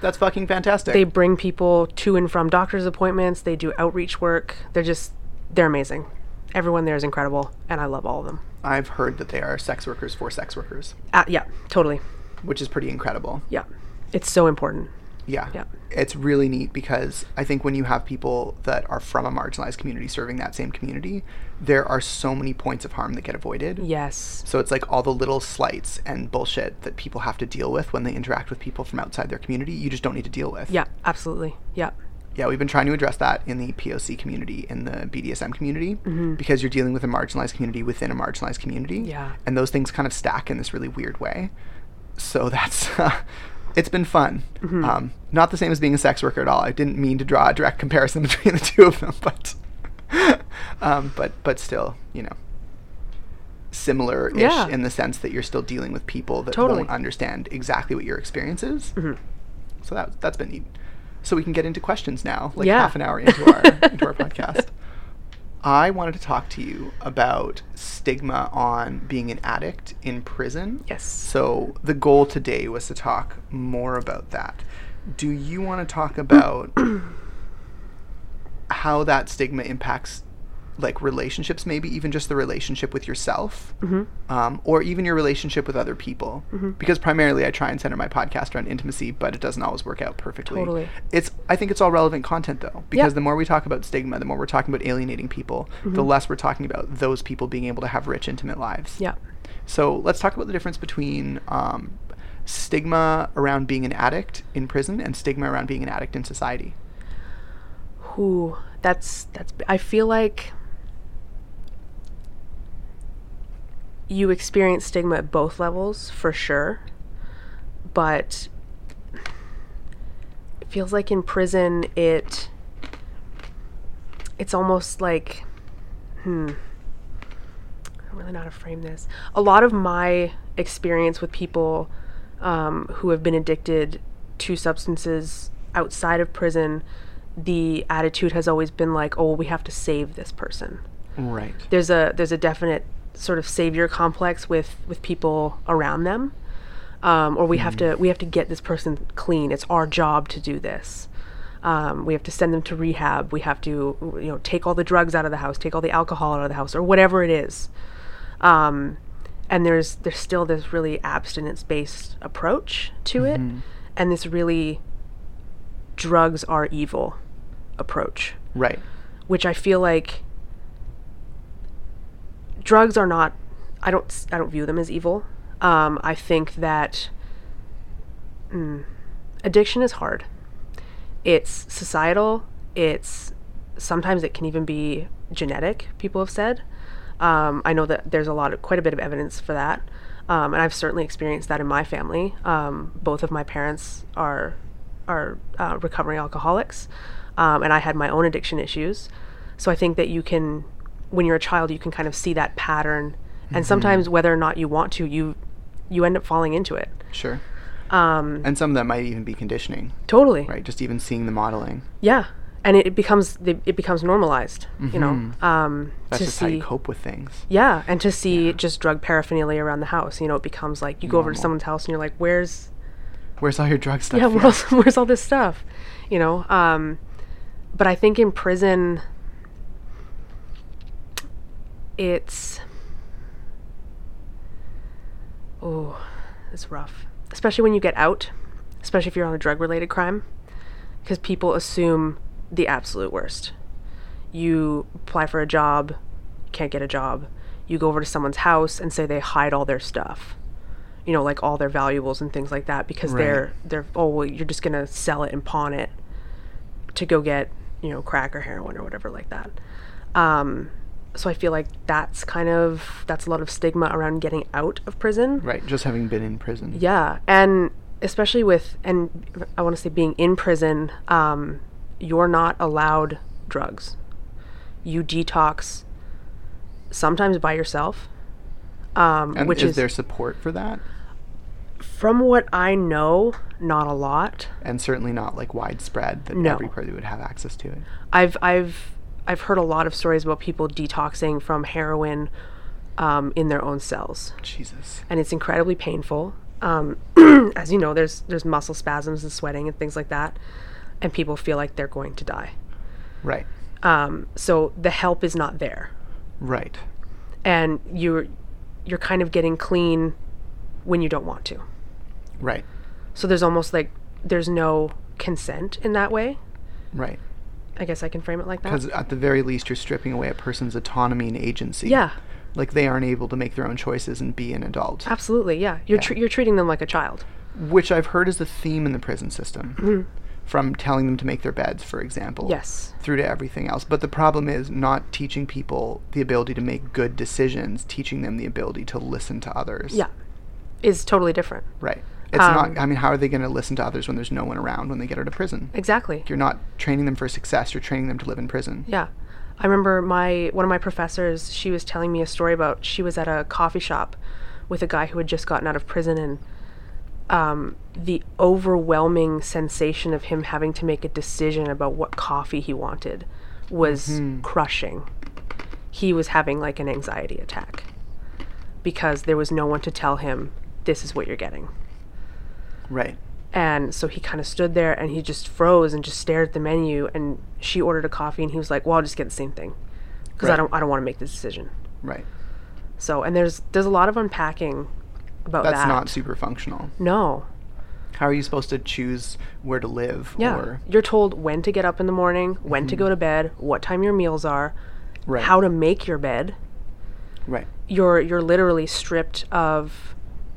That's fucking fantastic.
They bring people to and from doctor's appointments. They do outreach work. They're just, they're amazing. Everyone there is incredible, and I love all of them.
I've heard that they are sex workers for sex workers,
Uh, yeah, totally.
which is pretty incredible.
Yeah. It's so important.
Yeah.
Yeah.
It's really neat because I think when you have people that are from a marginalized community serving that same community, there are so many points of harm that get avoided.
Yes.
So it's like all the little slights and bullshit that people have to deal with when they interact with people from outside their community, you just don't need to deal with.
Yeah, absolutely. Yeah.
Yeah, we've been trying to address that in the POC community, in the BDSM community, because you're dealing with a marginalized community within a marginalized community.
Mm-hmm. Yeah.
And those things kind of stack in this really weird way. So [LAUGHS] that's. Uh, it's been fun.
Mm-hmm.
Um, not the same as being a sex worker at all. I didn't mean to draw a direct comparison [LAUGHS] between the two of them, but [LAUGHS] um, but but still, you know, similar ish
Yeah.
in the sense that you're still dealing with people that
Totally.
won't
Mm-hmm.
understand exactly what your experience is. So that that's been neat. So we can get into questions now, like
Yeah.
half an hour into
[LAUGHS]
our into our podcast. I wanted to talk to you about stigma on being an addict in prison.
Yes.
So the goal today was to talk more about that. Do you want to talk
[CLEARS THROAT]
about how that stigma impacts like relationships maybe even just the relationship with yourself
Mm-hmm.
um, or even your relationship with other people because primarily i try and center my podcast around intimacy but it doesn't always work out perfectly
Totally.
it's i think it's all relevant content though because the more we talk about stigma the more we're talking about alienating people
Mm-hmm.
the less we're talking about those people being able to have rich intimate lives
Yeah.
so let's talk about the difference between um, stigma around being an addict in prison and stigma around being an addict in society
Who? That's that's. I feel like you experience stigma at both levels for sure, but it feels like in prison it it's almost like hmm. I don't really know how to frame this. A lot of my experience with people um, who have been addicted to substances outside of prison, the attitude has always been like, "Oh, we have to save this person."
right
There's a there's a definite sort of savior complex with with people around them, um, or we have to we have to get this person clean. It's our job to do this. Um, we have to send them to rehab. We have to you know take all the drugs out of the house, take all the alcohol out of the house, or whatever it is. Um, and there's there's still this really abstinence based approach to it and this really drugs are evil approach
Right.
which I feel like drugs are not. I don't. s- I don't view them as evil. Um, I think that mm, addiction is hard. It's societal. It's sometimes it can even be genetic. People have said. Um, I know that there's a lot of quite a bit of evidence for that, um, and I've certainly experienced that in my family. Um, both of my parents are are uh, recovering alcoholics, um, and I had my own addiction issues. So I think that you can, when you're a child, you can kind of see that pattern, and sometimes whether or not you want to, you you end up falling into it.
Sure. Um, and some of that might even be conditioning,
Totally.
right? Just even seeing the modeling.
Yeah, and it, it becomes the- it becomes normalized. You know, um,
Mm-hmm. That's
to
just
see.
how you cope with things.
Yeah, and to see just drug paraphernalia around the house, you know, it becomes like you go over to someone's house and you're like, "Where's
Where's all your drug stuff?
yeah, where's, [LAUGHS] where's all this stuff?" You know, um, but I think in prison, it's oh, it's rough, especially when you get out, especially if you're on a drug-related crime, because people assume the absolute worst. You apply for a job, can't get a job. You go over to someone's house and say they hide all their stuff. You know, like all their valuables and things like that because
Right.
they're they're oh well you're just gonna sell it and pawn it to go get, you know, crack or heroin or whatever like that. Um so I feel like that's kind of that's a lot of stigma around getting out of prison.
[LAUGHS] Right. Just having been in prison.
Yeah, and especially with and I want to say being in prison, um, you're not allowed drugs. You detox sometimes by yourself, um,
And
which
is,
is
there support for that?
from what I know, not a lot.
And certainly not like widespread that
No.
everybody would have access to it.
I've I've I've heard a lot of stories about people detoxing from heroin um, in their own cells.
Jesus.
and it's incredibly painful. Um, [CLEARS THROAT] as you know, there's there's muscle spasms and sweating and things like that, and people feel like they're going to die.
Right.
Um, so the help is not there,
Right.
and you're you're kind of getting clean when you don't want to.
Right.
So there's almost like there's no consent in that way.
Right.
I guess I can frame it like that.
Because at the very least, you're stripping away a person's autonomy and agency.
Yeah,
Like they aren't able to make their own choices and be an adult,
absolutely. Yeah, you're tr- you're treating them like a child.
which I've heard is the theme in the prison system. From telling them to make their beds, for example.
Mm-hmm. Yes.
through to everything else. But the problem is not teaching people the ability to make good decisions, teaching them the ability to listen to others.
Yeah, Um, is totally different.
Right. It's not, I mean, how are they going to listen to others when there's no one around when they get out of prison?
Exactly.
You're not training them for success, you're training them to live in prison.
Yeah. I remember my one of my professors, she was telling me a story about she was at a coffee shop with a guy who had just gotten out of prison and um, the overwhelming sensation of him having to make a decision about what coffee he wanted was crushing. He was having like an anxiety attack because there was no one to tell him this is what you're getting.
Right.
And so he kind of stood there and he just froze and just stared at the menu. And she ordered a coffee and he was like, "Well, I'll just get the same thing because
Right.
I don't I don't want to make the decision."
Right.
So and there's there's a lot of unpacking about
That's
that.
not super functional.
no.
How are you supposed to choose where to live
Yeah,
or
you're told when to get up in the morning, when to go to bed, what time your meals are,
Mm-hmm. right.
how to make your bed.
right.
You're you're literally stripped of,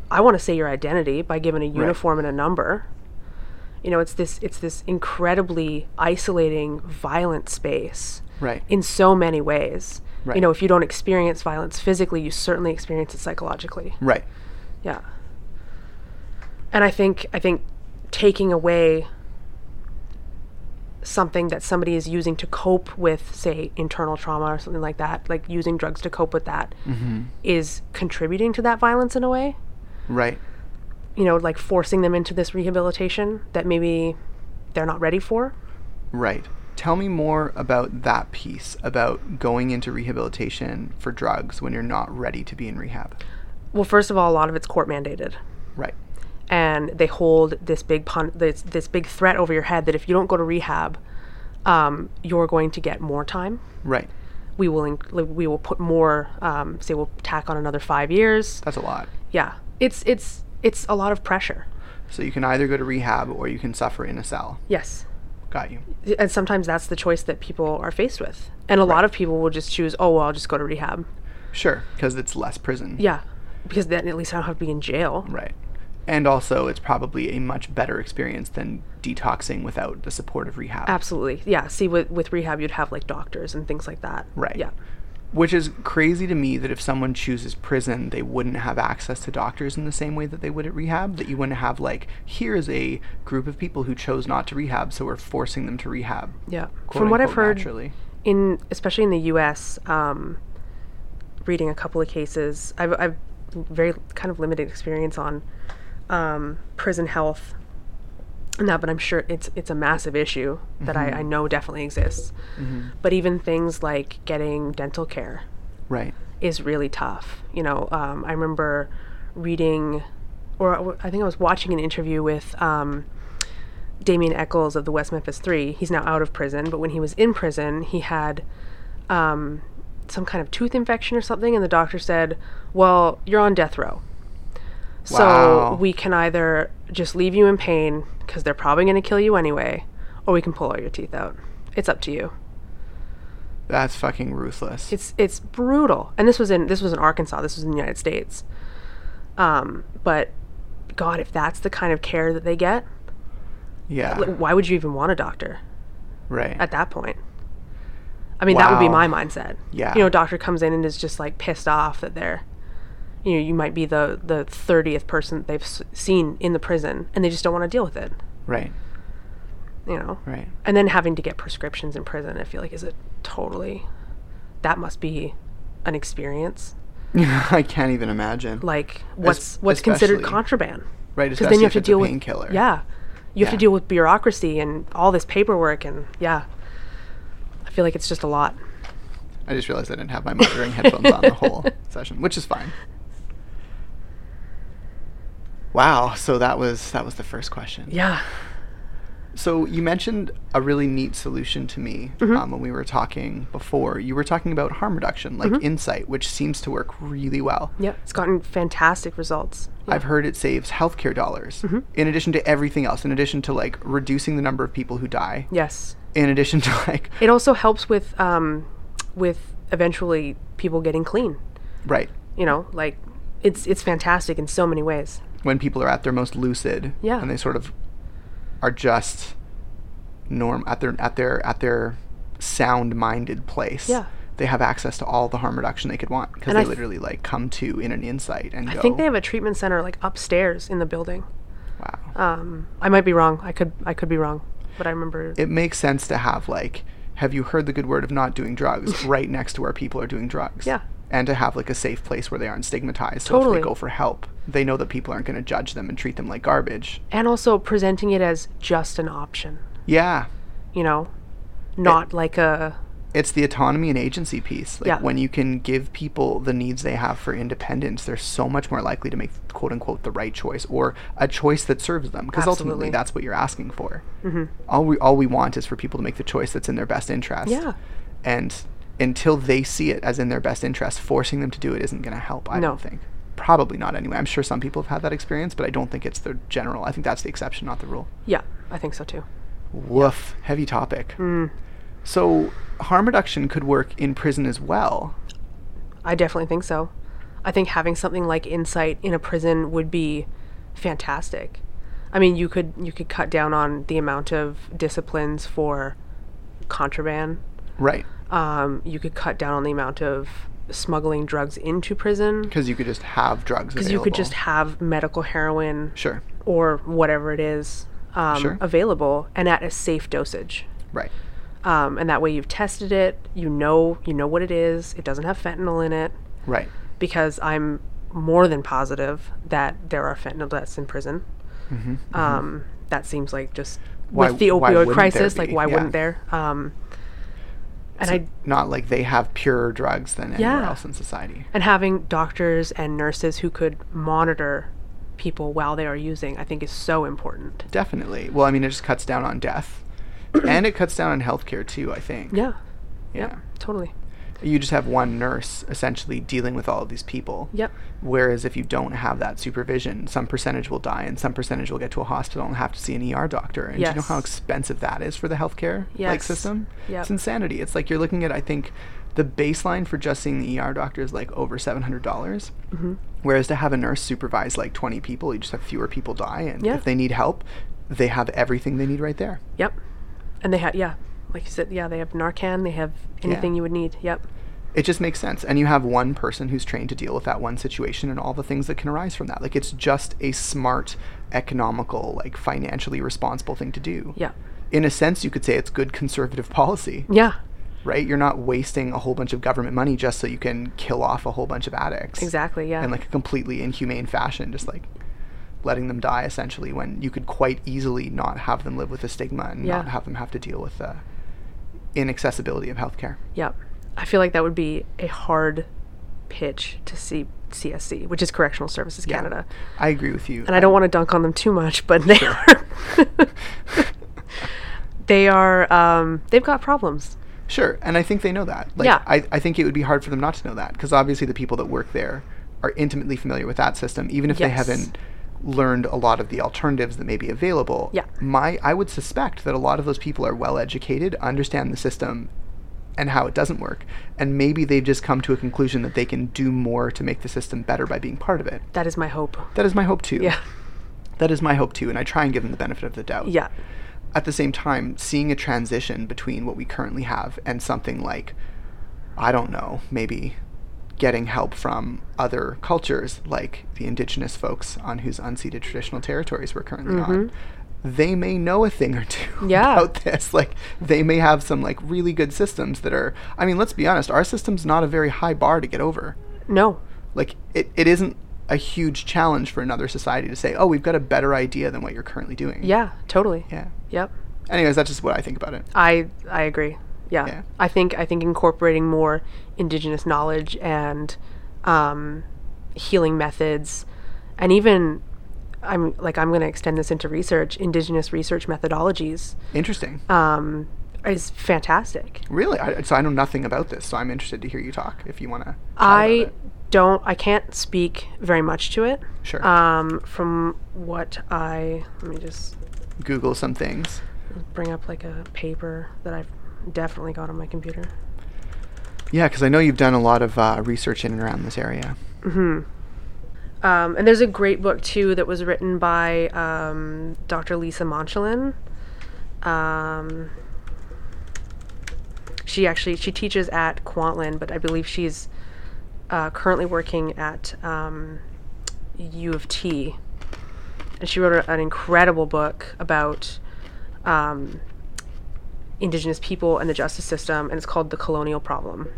I want to say your identity by given a uniform and a number. You know, it's this it's this incredibly isolating, violent space.
Right.
in so many ways.
Right.
You know, if you don't experience violence physically, you certainly experience it psychologically.
right.
Yeah. And I think I think taking away something that somebody is using to cope with, say, internal trauma or something like that, like using drugs to cope with that, is contributing to that violence in a way.
Right.
You know, like forcing them into this rehabilitation that maybe they're not ready for.
Right. Tell me more about that piece about going into rehabilitation for drugs when you're not ready to be in rehab.
Well, first of all, a lot of it's court mandated.
Right.
and they hold this big pun- this, this big threat over your head that if you don't go to rehab, um, you're going to get more time,
Right.
we will inc- like, we will put more um, say we'll tack on another five years.
That's a lot.
Yeah, it's it's it's a lot of pressure.
So you can either go to rehab or you can suffer in a cell.
Yes,
Got you.
and sometimes that's the choice that people are faced with, and a lot of people will just choose. Oh, well, I'll just go to rehab.
Sure, because it's less prison.
Yeah, because then at least I don't have to be in jail.
Right. And also, it's probably a much better experience than detoxing without the support of rehab.
Absolutely. Yeah. See, with with rehab, you'd have like doctors and things like that.
Right.
Yeah.
Which is crazy to me that if someone chooses prison, they wouldn't have access to doctors in the same way that they would at rehab. That you wouldn't have, like, here's a group of people who chose not to rehab, so we're forcing them to rehab.
Yeah.
quote
From what I've
unquote,
heard,
Naturally.
in especially in the U.S., um, reading a couple of cases, I've, I've very kind of limited experience on um, prison health and that, but I'm sure it's it's a massive issue that I, I know definitely exists. But even things like getting dental care
Right.
is really tough. You know, um, I remember reading, or I- I think I was watching an interview with um, Damien Eccles of the West Memphis Three. He's now out of prison, but when he was in prison, he had um, some kind of tooth infection or something, and the doctor said, "Well, you're on death row."
Wow.
So we can either just leave you in pain because they're probably going to kill you anyway, or we can pull all your teeth out. It's up to you.
That's fucking ruthless.
It's it's brutal. And this was in this was in Arkansas. This was in the United States. Um, but God, if that's the kind of care that they get,
yeah.
like, why would you even want a doctor
right.
at that point? I mean, that would be
Wow.
my mindset.
Yeah.
You know, a doctor comes in and is just like pissed off that they're, you know, you might be the the thirtieth person they've s- seen in the prison, and they just don't want to deal with it.
right.
You know.
Right.
And then having to get prescriptions in prison, I feel like is a totally, that must be, an experience.
[LAUGHS] I can't even imagine.
like what's what's considered
especially-
contraband
right.
because then you have to deal with
painkiller.
yeah you have
Yeah.
to deal with bureaucracy and all this paperwork and yeah i feel like it's just a lot
I just realized I didn't have my monitoring headphones on the
[LAUGHS]
whole session, which is fine. Wow, so that was that was the first question.
yeah
So you mentioned a really neat solution to me
Mm-hmm.
um, when we were talking before. You were talking about harm reduction, like
Mm-hmm.
insight, which seems to work really well.
yep it's gotten fantastic results
I've heard it saves healthcare dollars.
Mm-hmm.
In addition to everything else, in addition to like reducing the number of people who die,
yes
in addition to like
it also helps with um with eventually people getting clean
right
you know like it's it's fantastic in so many ways
when people are at their most lucid
Yeah.
and they sort of are just norm at their at their at their sound minded place
Yeah.
they have access to all the harm reduction they could want because
And
they
I th-
literally like come to in an insight and
i
go
think they have a treatment center like upstairs in the building
wow
um i might be wrong i could i could be wrong but i remember
it makes sense to have like have you heard the good word of not doing
[LAUGHS]
drugs right next to where people are doing drugs
Yeah.
and to have like a safe place where they aren't stigmatized so if
Totally.
they go for help they know that people aren't going to judge them and treat them like garbage
and also presenting it as just an option
yeah
you know not like a
it's the autonomy and agency piece. Like
Yeah.
when you can give people the needs they have for independence, they're so much more likely to make quote unquote the right choice or a choice that serves them because ultimately
Absolutely. Mm-hmm.
that's what you're asking for. All we all we want is for people to make the choice that's in their best interest.
Yeah.
And until they see it as in their best interest, forcing them to do it isn't going to help, I
No.
don't think. Probably not anyway. I'm sure some people have had that experience, but I don't think it's the general. I think that's the exception, not the rule.
yeah i think so too
Woof, heavy topic.
Hmm.
So harm reduction could work in prison as well.
i definitely think so i think having something like insight in a prison would be fantastic i mean you could you could cut down on the amount of disciplines for contraband
Right.
um, you could cut down on the amount of smuggling drugs into prison
Because you could just have drugs
because
available.
you could just have medical heroin
Sure.
or whatever it is um,
Sure.
available and at a safe dosage
Right.
um, and that way you've tested it you know you know what it is it doesn't have fentanyl in it
Right.
because i'm more than positive that there are fentanyl deaths in prison um, that seems like just
Mm-hmm, Why-
with the
why wouldn't
opioid
there
crisis like
be?
why
Yeah.
wouldn't there um, and i
Not like they have purer drugs than anywhere
Yeah.
else in society.
and having doctors and nurses who could monitor people while they are using i think is so important
Definitely. Well, I mean, it just cuts down [CLEARS THROAT] on death. and it cuts down on healthcare too, I think.
yeah
Yeah.
totally
you just have one nurse essentially dealing with all of these people.
Yep.
Whereas if you don't have that supervision, some percentage will die and some percentage will get to a hospital and have to see an ER doctor. And do you know
Yes.
how expensive that is for the healthcare like
Yes.
system?
Yep.
It's insanity. It's like you're looking at I think the baseline for just seeing the ER doctor is like over seven hundred dollars.
Mm-hmm.
Whereas to have a nurse supervise like twenty people, you just have fewer people die, and
Yeah.
if they need help, they have everything they need right there.
Yep. And they have yeah, like you said, yeah, they have Narcan. They have anything you would need. Yep.
it just makes sense. And you have one person who's trained to deal with that one situation and all the things that can arise from that. Like it's just a smart, economical, like financially responsible thing to do.
Yeah.
In a sense, you could say it's good conservative policy,
Yeah.
right? You're not wasting a whole bunch of government money just so you can kill off a whole bunch of addicts.
Exactly. Yeah.
In like a completely inhumane fashion, just like letting them die essentially when you could quite easily not have them live with the stigma and
Yeah.
not have them have to deal with the inaccessibility of healthcare.
Yep. I feel like that would be a hard pitch to see CSC, which is Correctional Services
Yeah.
Canada.
I agree with you.
And I don't want to dunk on them too much, but they are [LAUGHS] they are um, they've got problems.
Sure, and I think they know that. Like,
Yeah.
I, I think it would be hard for them not to know that because obviously the people that work there are intimately familiar with that system, even if they
Yes.
haven't learned a lot of the alternatives that may be available.
Yeah.
My, I would suspect that a lot of those people are well educated, understand the system, and how it doesn't work, and maybe they've just come to a conclusion that they can do more to make the system better by being part of it.
That is my hope.
That is my hope too.
Yeah.
That is my hope too, and I try and give them the benefit of the doubt
Yeah.
at the same time seeing a transition between what we currently have and something like i don't know maybe getting help from other cultures like the indigenous folks on whose unceded traditional territories we're currently on they may know a thing or two [LAUGHS]
Mm-hmm. Yeah.
about this like they may have some like really good systems that are i mean let's be honest our system's not a very high bar to get over
No.
like it, it isn't a huge challenge for another society to say oh we've got a better idea than what you're currently doing
Yeah, totally.
yeah
Yep.
anyways that's just what i think about it
I I agree. Yeah.
Yeah.
I think I think incorporating more indigenous knowledge and um, healing methods and even I'm like I'm going to extend this into research indigenous research methodologies
Interesting.
um, is fantastic.
really? I, so I know nothing about this, so I'm interested to hear you talk if you want to.
I don't I can't speak very much to it.
Sure.
Um, from what I let me just
Google some things.
bring up like a paper that I've definitely got on my computer.
Yeah, because I know you've done a lot of uh, research in and around this area.
Um, and there's a great book too that was written by um, Dr. Lisa Monchalin. Um, she actually she teaches at Kwantlen, but I believe she's uh, currently working at um, U of T. And she wrote a- an incredible book about um, Indigenous people and the justice system, and it's called "The Colonial Problem."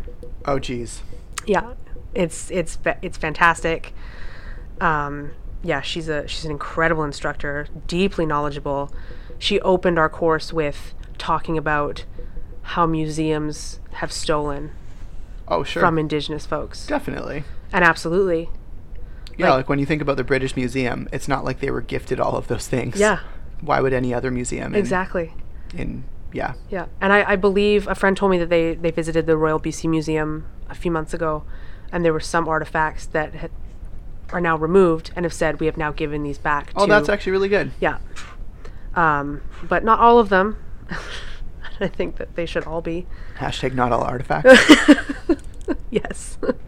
Oh, geez.
yeah it's it's fa- it's fantastic um yeah she's a she's an incredible instructor deeply knowledgeable she opened our course with talking about how museums have stolen
Oh, sure.
from indigenous folks
Definitely.
and absolutely
Yeah, like,
Like-
when you think about the British Museum, it's not like they were gifted all of those things.
Yeah.
Why would any other museum? in-
exactly
In, yeah.
yeah and I, I believe a friend told me that they they visited the royal bc museum a few months ago and there were some artifacts that had, are now removed and have said we have now given these back
Oh,
to
that's actually really good.
Yeah. Um, but not all of them. [LAUGHS] I think that they should all be.
Hashtag not all
[LAUGHS]
artifacts.
Yes. [LAUGHS]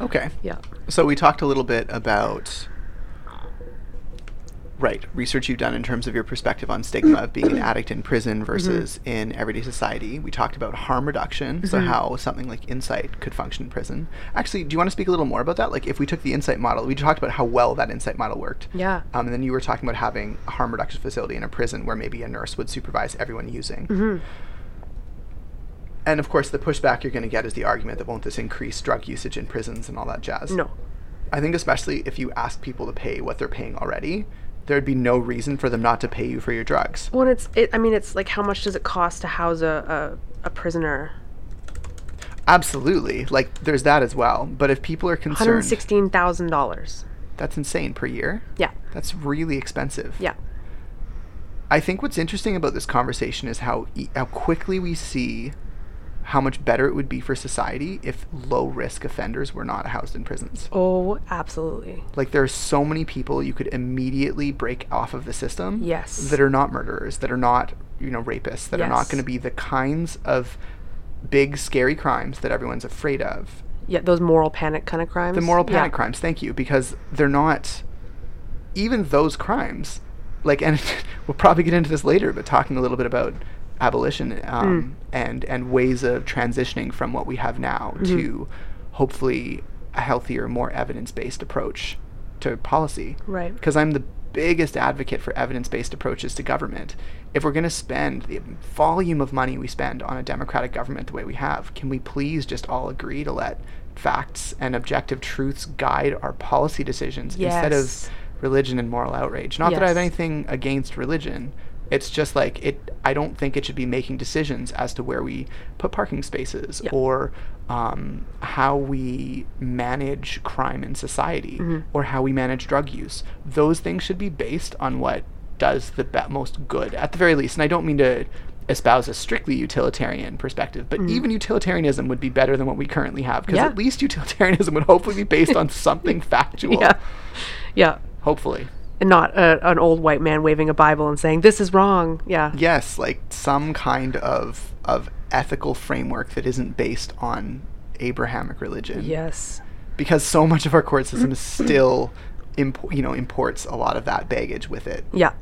okay.
yeah.
So we talked a little bit about right research you've done in terms of your perspective on stigma of
[CLEARS THROAT]
being an addict in
Mm-hmm.
prison versus in everyday society. We talked about harm reduction, so
Mm-hmm.
how something like Insight could function in prison. Actually, do you want to speak a little more about that? Like if we took the Insight model, we talked about how well that Insight model worked.
Yeah.
Um, and then you were talking about having a harm reduction facility in a prison where maybe a nurse would supervise everyone using.
Mm-hmm.
And of course, the pushback you're going to get is the argument that won't this increase drug usage in prisons and all that jazz.
No.
I think especially if you ask people to pay what they're paying already, there'd be no reason for them not to pay you for your drugs.
Well, and it's. It, I mean, it's like how much does it cost to house a, a, a prisoner?
Absolutely. Like there's that as well. But if people are
One hundred
concerned,
sixteen thousand dollars.
that's insane per year.
Yeah.
That's really expensive.
Yeah.
I think what's interesting about this conversation is how e- how quickly we see how much better it would be for society if low risk offenders were not housed in prisons.
Oh, absolutely.
Like there are so many people you could immediately break off of the system.
Yes.
That are not murderers, that are not, you know, rapists, that are not
Yes.
going to be the kinds of big scary crimes that everyone's afraid of.
Yeah, those moral panic kind of crimes.
The moral panic
yeah.
crimes, thank you, because they're not even those crimes. Like, and [LAUGHS] we'll probably get into this later, but talking a little bit about abolition
Mm.
um, and and ways of transitioning from what we have now
Mm-hmm.
to hopefully a healthier, more evidence based approach to policy
Right.
because I'm the biggest advocate for evidence based approaches to government. If we're going to spend the volume of money we spend on a democratic government the way we have, can we please just all agree to let facts and objective truths guide our policy decisions instead
Yes.
of religion and moral outrage? Not that I have
Yes.
anything against religion. It's just like it. I don't think it should be making decisions as to where we put parking spaces
Yeah.
or um, how we manage crime in society
Mm-hmm.
or how we manage drug use. Those things should be based on what does the be- most good, at the very least. And I don't mean to espouse a strictly utilitarian perspective, but even utilitarianism would be better than what we currently have because
Mm-hmm. Yeah.
at least utilitarianism would hopefully be based
[LAUGHS]
on something factual.
Yeah. [LAUGHS] Yeah.
Hopefully.
And not a, an old white man waving a Bible and saying, this is wrong. Yeah.
yes like some kind of of ethical framework that isn't based on abrahamic religion
Yes.
because so much of our court system
[CLEARS THROAT]
is still impo- you know imports a lot of that baggage with it
Yeah.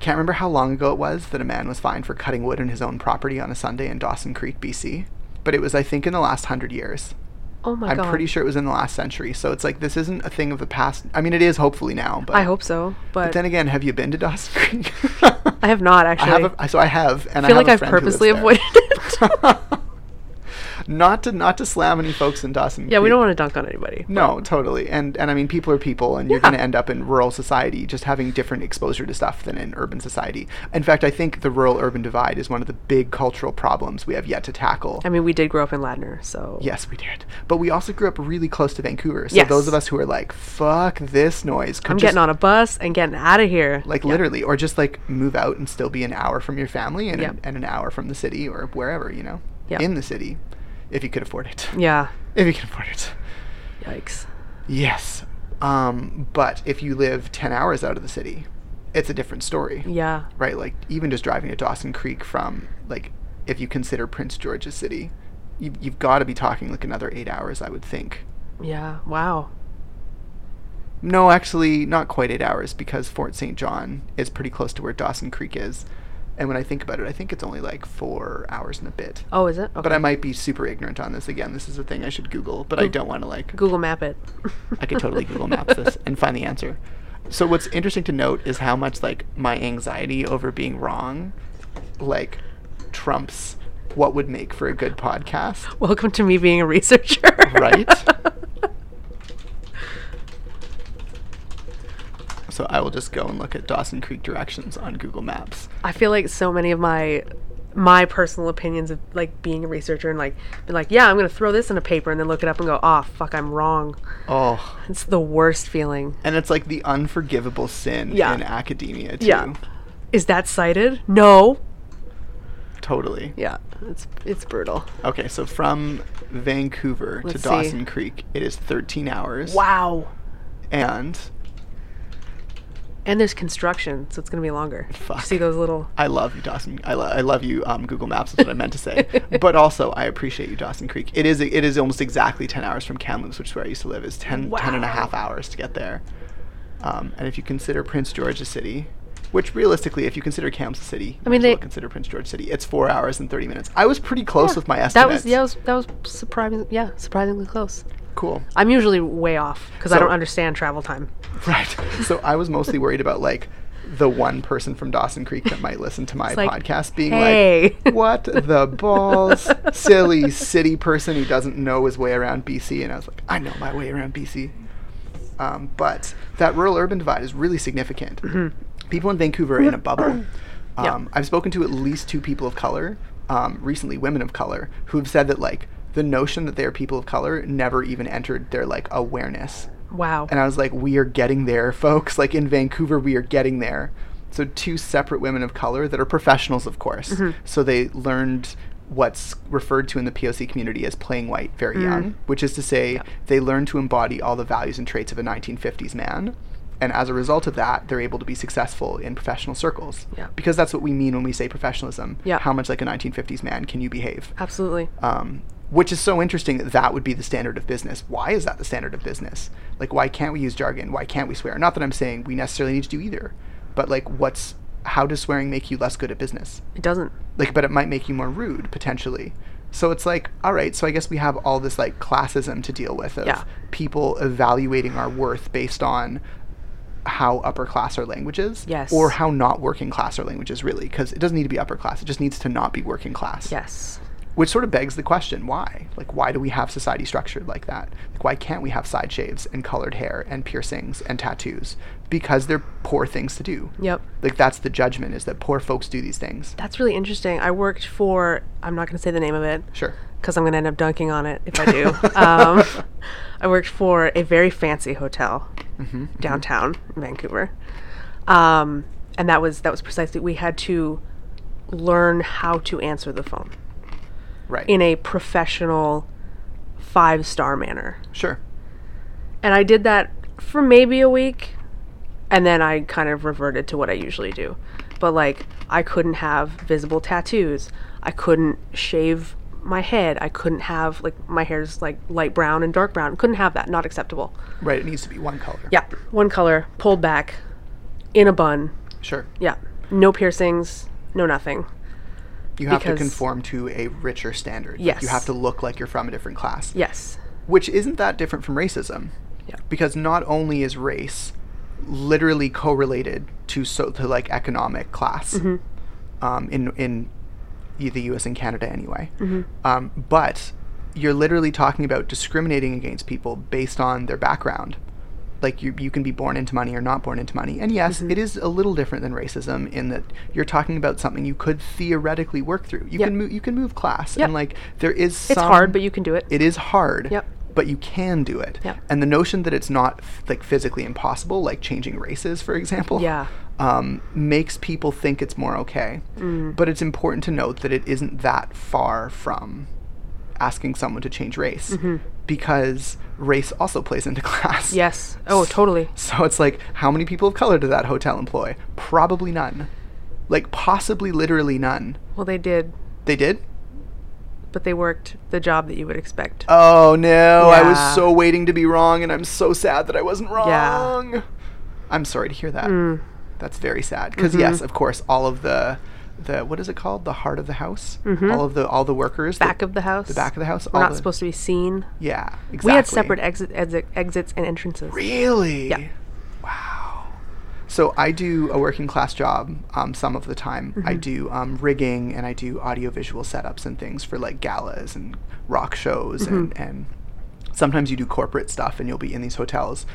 can't remember how long ago it was that a man was fined for cutting wood on his own property on a sunday in dawson creek bc but it was i think in the last hundred years
Oh my
i'm
God.
pretty sure it was in the last century so it's like this isn't a thing of the past i mean it is hopefully now but
I hope so. But,
but then again have you been to dawson creek
[LAUGHS] I have not actually.
I have a, so I have, and
I
I
feel
have
like
a
I've
friend who lives
purposely
there.
avoided it.
[LAUGHS] not to not to slam any folks in Dawson.
yeah, we
Creek.
don't want to dunk on anybody.
No, totally. And and I mean people are people and you're
Yeah.
going to end up in rural society just having different exposure to stuff than in urban society. In fact, I think the rural urban divide is one of the big cultural problems we have yet to tackle.
I mean, we did grow up in Ladner, so.
Yes, we did. But we also grew up really close to Vancouver. So
Yes.
those of us who are like, fuck this noise. Could
I'm
just
getting on a bus and getting out of here.
like
Yeah.
literally or just like move out and still be an hour from your family and,
Yeah.
an, and an hour from the city or wherever you know
Yeah.
in the city if you could afford it
Yeah.
[LAUGHS] if you can afford it
Yikes.
yes um, but if you live 10 hours out of the city it's a different story
Yeah.
right like even just driving to dawson creek from like if you consider prince george's city you, you've got to be talking like another eight hours i would think
Yeah. Wow.
No, actually, not quite eight hours because Fort St. John is pretty close to where Dawson Creek is. And when I think about it, I think it's only like four hours and a bit.
Oh, is it? Okay.
But I might be super ignorant on this. Again, this is a thing I should Google, but I
Goog-
don't want to like.
Google Map it.
I could totally Google
[LAUGHS]
Maps this and find the answer. So what's interesting to note is how much like my anxiety over being wrong, like, trumps what would make for a good podcast.
Welcome to me being a researcher.
Right?
[LAUGHS]
So I will just go and look at Dawson Creek directions on Google Maps.
I feel like so many of my my personal opinions of like being a researcher and like been like, yeah, I'm gonna throw this in a paper and then look it up and go, oh fuck, I'm wrong.
Oh,
It's the worst feeling.
and it's like the unforgivable sin
Yeah.
in academia too.
Yeah. Is that cited? No.
Totally.
Yeah. It's it's brutal.
Okay, so from Vancouver
Let's
to
see.
Dawson Creek, it is 13 hours.
Wow.
And
And there's construction, so it's gonna be longer.
Fuck.
See those little
I love you, Dawson. I, lo- I love you, um, Google Maps. That's what I meant to
[LAUGHS]
say. but also, I appreciate you, Dawson Creek. It is it is almost exactly 10 hours from Kamloops, which is where I used to live. It's 10, 10 and a
Wow.
half hours to get there. Um, and if you consider Prince George a city, which realistically, if you consider Kamloops a city, I
mean, they-
consider Prince George city. It's four hours and 30 minutes. I was pretty close
Yeah,
with my estimates.
That was yeah, that was, that was surprising. Yeah, surprisingly close.
Cool.
I'm usually way off because I
So-
don't understand travel time.
Right. So I was mostly worried about like the one person from Dawson Creek that might listen to my
It's like,
podcast being
"Hey."
like, "What the balls, silly city person who doesn't know his way around BC." And I was like, "I know my way around BC." Um, but that rural urban divide is really significant.
Mm-hmm.
People in Vancouver
[CLEARS THROAT]
are in a bubble. Um, I've spoken to at least two people of color, um, recently women of color, who have said that like the notion that they are people of color never even entered their like awareness.
Wow.
And I was like, we are getting there, folks. Like in Vancouver, we are getting
Mm-hmm.
there. So, two separate women of color that are professionals, of course. So, they learned what's referred to in the POC community as playing white very
Mm.
young, which is to say, they learn to embody all the values and traits of a 1950s man. And as a result of that, they're able to be successful in professional circles.
Yeah.
Because that's what we mean when we say professionalism.
Yeah.
How much like a 1950s man can you behave?
Absolutely.
um, which is so interesting that that would be the standard of business. Why is that the standard of business? Like, why can't we use jargon? Why can't we swear? Not that I'm saying we necessarily need to do either, but like, what's how does swearing make you less good at business?
It doesn't.
Like, but it might make you more rude potentially. So it's like, all right, so I guess we have all this like classism to deal with of
Yeah.
people evaluating our worth based on how upper class our language is
Yes.
or how not working class our language is really because it doesn't need to be upper class it just needs to not be working class
Yes.
which sort of begs the question why like why do we have society structured like that like why can't we have side shaves and colored hair and piercings and tattoos because they're poor things to do
Yep.
like that's the judgment is that poor folks do these things
That's really interesting. I worked for, I'm not going to say the name of it
sure
because I'm going to end up dunking on it if I do. um, I worked for a very fancy hotel downtown Vancouver. Um, and that was that was precisely we had to learn how to answer the phone
right
in a professional five star manner.
sure
And I did that for maybe a week and then I kind of reverted to what I usually do. But like I couldn't have visible tattoos. I couldn't shave my head. I couldn't have like my hair's like light brown and dark brown. Couldn't have that. Not acceptable.
right it needs to be one color
Yeah. One color, pulled back in a bun.
sure
Yeah. No piercings, no nothing.
you have to
Because-
conform to a richer standard Like, you
Yes.
have to look like you're from a different class
Yes.
which isn't that different from racism.
Yeah.
Because not only is race literally correlated to so to like economic class
Mm-hmm.
um, in in e- the U.S. and Canada anyway,
Mm-hmm.
um, but you're literally talking about discriminating against people based on their background. Like you, you can be born into money or not born into money. And yes,
Mm-hmm.
it is a little different than racism in that you're talking about something you could theoretically work through. You
Yeah.
can move, you can move class,
Yeah.
and like there is some
It's hard, but you can do it.
it is hard
Yep.
but you can do it
Yep.
and the notion that it's not f- like physically impossible like changing races for example
Yeah.
um, makes people think it's more okay
Mm.
but it's important to note that it isn't that far from asking someone to change race
Mm-hmm.
because race also plays into [LAUGHS] class
Yes. Oh, totally.
so it's like, how many people of color did that hotel employ? Probably none. Like, possibly literally none.
Well, they did,
They did?
but they worked the job that you would expect.
Oh no, I was
Yeah.
so waiting to be wrong and I'm so sad that I wasn't
Yeah. Mm.
wrong. I'm sorry to hear that. That's very sad because
Mm-hmm.
yes, of course, all of the the what is it called? The heart of the house. All of the all the workers that-
Mm-hmm. back of the house.
the back of the house.
We're
all
not
the-
supposed to be seen.
Yeah, exactly.
We had separate exit, exit, exits and entrances.
Really?
Yeah.
Wow. So I do a working class job um, some of the time. I do um, rigging and I do audiovisual setups and things for like galas and rock shows and, and sometimes you do corporate stuff and you'll be in these hotels.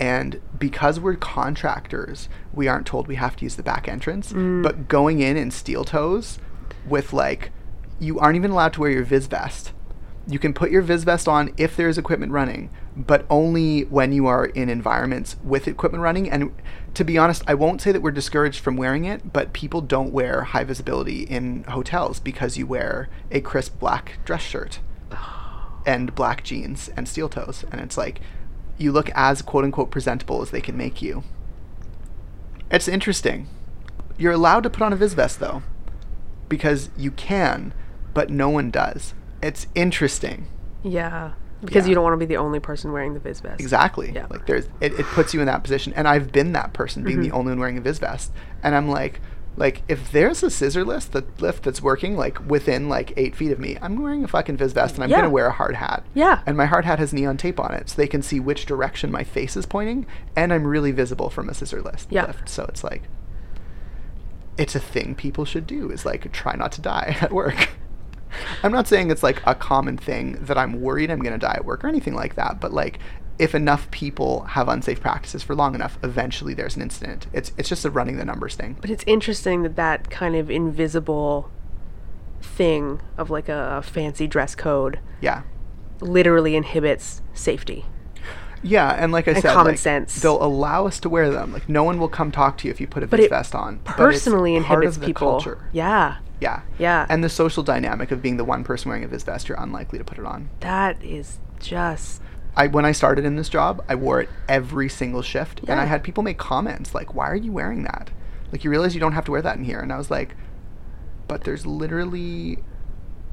And because we're contractors, we aren't told we have to use the back entrance. But going in in steel toes with like, you aren't even allowed to wear your viz vest. You can put your viz vest on if there is equipment running, but only when you are in environments with equipment running. And to be honest, I won't say that we're discouraged from wearing it, but people don't wear high visibility in hotels because you wear a crisp black dress shirt and black jeans and steel toes. And it's like, you look as quote unquote presentable as they can make you. It's interesting. You're allowed to put on a viz vest though, because you can, but no one does. It's interesting.
Yeah, because
Yeah.
you don't want to be the only person wearing the biz vest.
Exactly.
Yeah.
Like there's it, it puts you in that position. And I've been that person being
Mm-hmm.
the only one wearing a viz vest. And I'm like like if there's a scissor lift that lift that's working like within like eight feet of me, I'm wearing a fucking viz vest and I'm
Yeah.
gonna wear a hard hat.
Yeah.
And my hard hat has neon tape on it, so they can see which direction my face is pointing, and I'm really visible from a scissor list
Yeah.
lift. So it's like it's a thing people should do is like try not to die [LAUGHS] at work. I'm not saying it's like a common thing that I'm worried I'm going to die at work or anything like that, but like if enough people have unsafe practices for long enough, eventually there's an incident. It's it's just a running the numbers thing.
But it's interesting that that kind of invisible thing of like a fancy dress code
Yeah.
literally inhibits safety.
Yeah, and like I said,
common
like,
sense.
They'll allow us to wear them. Like no one will come talk to you if you put a
But
viz
it
vest on. but it's
Personally
part
inhibits
of the
people.
culture.
Yeah.
Yeah.
Yeah.
And the social dynamic of being the one person wearing a Viz vest, you're unlikely to put it on.
that is just
I when I started in this job, I wore it every single shift, and I
Yeah.
had people make comments like, "Why are you wearing that? Like, you realize you don't have to wear that in here." And I was like, "But there's literally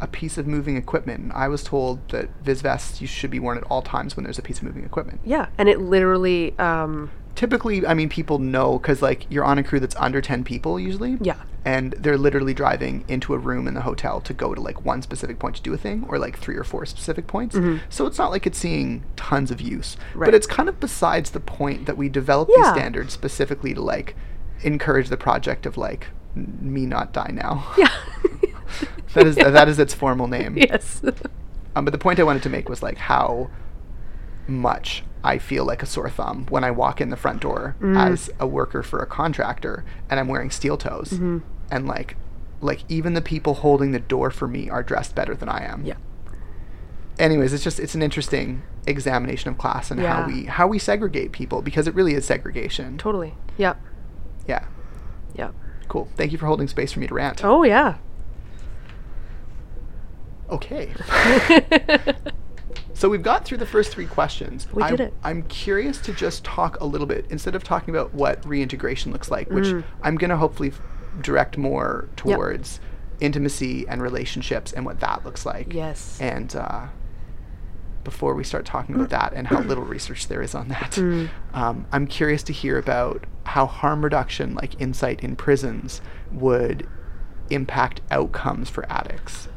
a piece of moving equipment." And I was told that Viz vests you should be worn at all times when there's a piece of moving equipment.
yeah, and it literally um
Typically, I mean, people know because like you're on a crew that's under ten people usually.
Yeah. [LAUGHS]
And they're literally driving into a room in the hotel to go to like one specific point to do a thing, or like three or four specific points. So it's not like it's seeing tons of use, but
Mm-hmm. Right.
it's kind of besides the point that we develop these
Yeah.
standards specifically to like encourage the project of like n- me not die now.
yeah.
[LAUGHS] that is that is its formal name.
[LAUGHS] yes.
Um, but the point I wanted to make was like how much I feel like a sore thumb when I walk in the front door
Mm-hmm.
as a worker for a contractor and I'm wearing steel toes
Mm-hmm.
and like like even the people holding the door for me are dressed better than I am.
yeah.
Anyways, it's just it's an interesting examination of class and how
Yeah.
we how we segregate people because it really is segregation.
Totally. Yep.
Yeah.
Yep.
Cool. Thank you for holding space for me to rant.
Oh yeah. [LAUGHS]
Okay. So we've got through the first three questions.
We
I,
did it.
I'm curious to just talk a little bit instead of talking about what reintegration looks like, which
Mm.
I'm going to hopefully f- direct more towards intimacy and relationships and what that looks
[LAUGHS]
like.
yes.
And uh, before we start talking about that and how little research there is on that,
Mm.
um, I'm curious to hear about how harm reduction, like insight in prisons, would impact outcomes for addicts.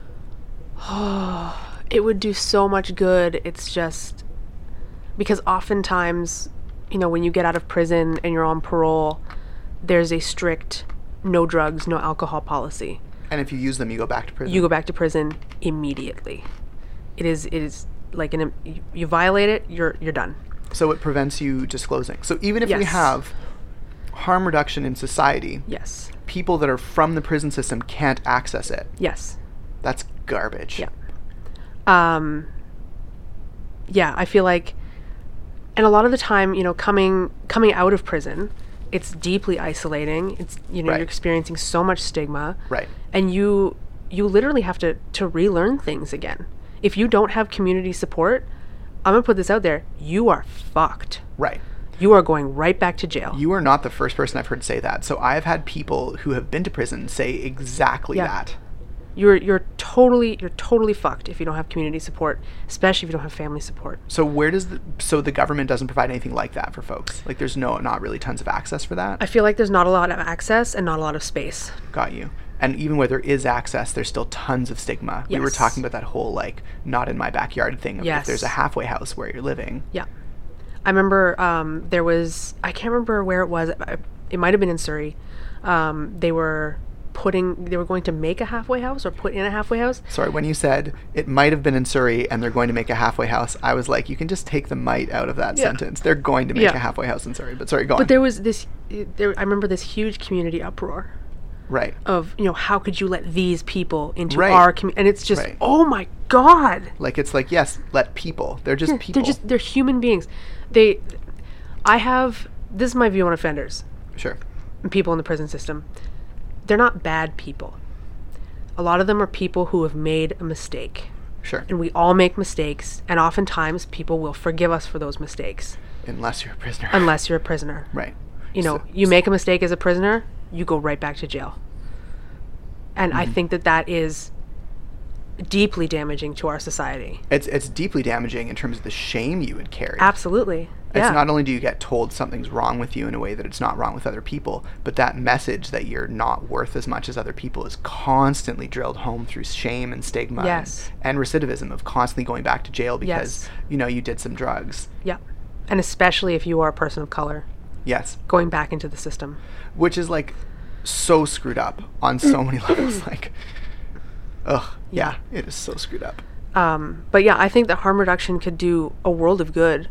it would do so much good. It's just because oftentimes, you know, when you get out of prison and you're on parole, there's a strict no drugs, no alcohol policy.
And if you use them, you go back to prison.
You go back to prison immediately. It is it is like an you- you violate it, you're you're done.
So it prevents you disclosing. So even if we
Yes.
have harm reduction in society,
Yes.
people that are from the prison system can't access it.
Yes.
That's garbage.
Yeah. um yeah i feel like and a lot of the time you know coming coming out of prison it's deeply isolating it's you know
Right.
you're experiencing so much stigma
Right.
and you you literally have to to relearn things again if you don't have community support i'm gonna put this out there you are fucked
Right.
you are going right back to jail
You are not the first person I've heard say that. So I've had people who have been to prison say exactly
Yeah.
that.
you're you're totally you're totally fucked if you don't have community support especially if you don't have family support
So where does the so the government doesn't provide anything like that for folks? Like there's no not really tons of access for that.
i feel like there's not a lot of access and not a lot of space
Got you. And even where there is access, there's still tons of stigma. We were
Yes.
talking about that whole like not in my backyard thing of if
Yes.
there's a halfway house where you're living.
Yeah. I remember um, there was, I can't remember where it was. I- It might have been in Surrey. Um, they were putting, they were going to make a halfway house or put in a halfway house.
Sorry, when you said it might have been in Surrey and they're going to make a halfway house, I was like, you can just take the might out of that
Yeah.
sentence. They're going to make
Yeah.
a halfway house in Surrey, but sorry, go on.
But there was this, there, I remember this huge community uproar
right.
of, you know, how could you let these people into
Right.
our community? And it's just,
Right.
oh my God.
Like it's like, yes, let people. They're just people.
They're just, they're human beings. They, I have, this is my view on offenders.
sure.
people in the prison system, they're not bad people. A lot of them are people who have made a mistake.
Sure.
And we all make mistakes, and oftentimes people will forgive us for those mistakes,
Unless you're a prisoner.
unless you're a prisoner.
right.
You know,
So-
you make a mistake as a prisoner, you go right back to jail. And
Mm-hmm.
I think that that is deeply damaging to our society.
It's it's deeply damaging in terms of the shame you would carry.
Absolutely.
It's
yeah.
not only do you get told something's wrong with you in a way that it's not wrong with other people, but that message that you're not worth as much as other people is constantly drilled home through shame and stigma and-
Yes.
and, recidivism of constantly going back to jail because
Yes.
you know you did some drugs.
yeah. And especially if you are a person of color,
Yes,
going back into the system.
which is like so screwed up on
[COUGHS]
so many levels. [LAUGHS] Like, ugh, yeah, it is so screwed up.
Um, but yeah, I think that harm reduction could do a world of good.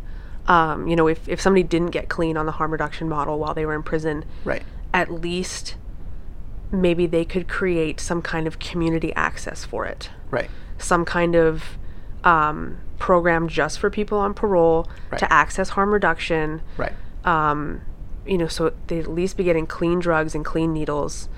Um, you know, if, if somebody didn't get clean on the harm reduction model while they were in prison,
Right.
at least maybe they could create some kind of community access for it,
Right.
some kind of um, program just for people on parole
Right.
to access harm reduction.
Right.
You know, so they at least be getting clean drugs and clean needles.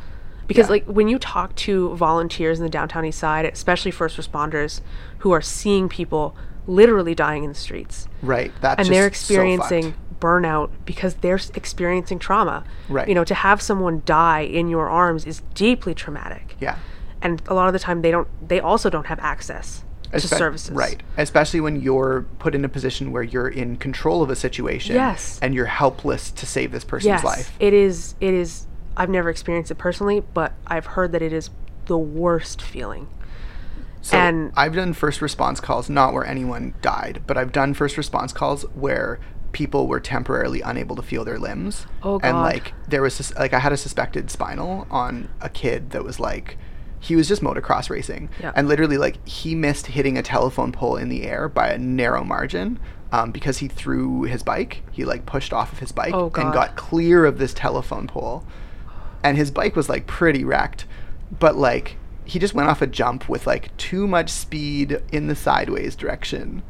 because
Yeah.
like when you talk to volunteers in the downtown east side especially first responders who are seeing people literally dying in the streets
Right. That's
and
just
they're
so fucked.
experiencing burnout because they're s- experiencing trauma
Right.
you know to have someone die in your arms is deeply traumatic
yeah.
and a lot of the time they don't they also don't have access to
Espe-
services
Right. Especially when you're put in a position where you're in control of a situation.
Yes.
And you're helpless to save this person's
yes
life.
it is it is i've never experienced it personally but i've heard that it is the worst feeling
So
and-
I've done first response calls, not where anyone died, but I've done first response calls where people were temporarily unable to feel their limbs.
Oh,
And
God.
like there was sus- like I had a suspected spinal on a kid that was like he was just motocross racing
Yeah.
and literally like he missed hitting a telephone pole in the air by a narrow margin um, because he threw his bike he like pushed off of his bike
Oh,
and
God.
got clear of this telephone pole and his bike was like pretty wrecked but like he just went off a jump with like too much speed in the sideways direction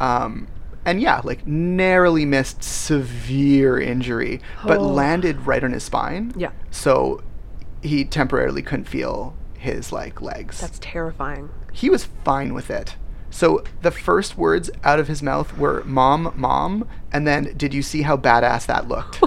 um and yeah like narrowly missed severe injury but
Oh.
landed right on his spine
Yeah.
so he temporarily couldn't feel his like legs
that's terrifying
he was fine with it so the first words out of his mouth were mom mom and then did you see how badass that
[LAUGHS]
looked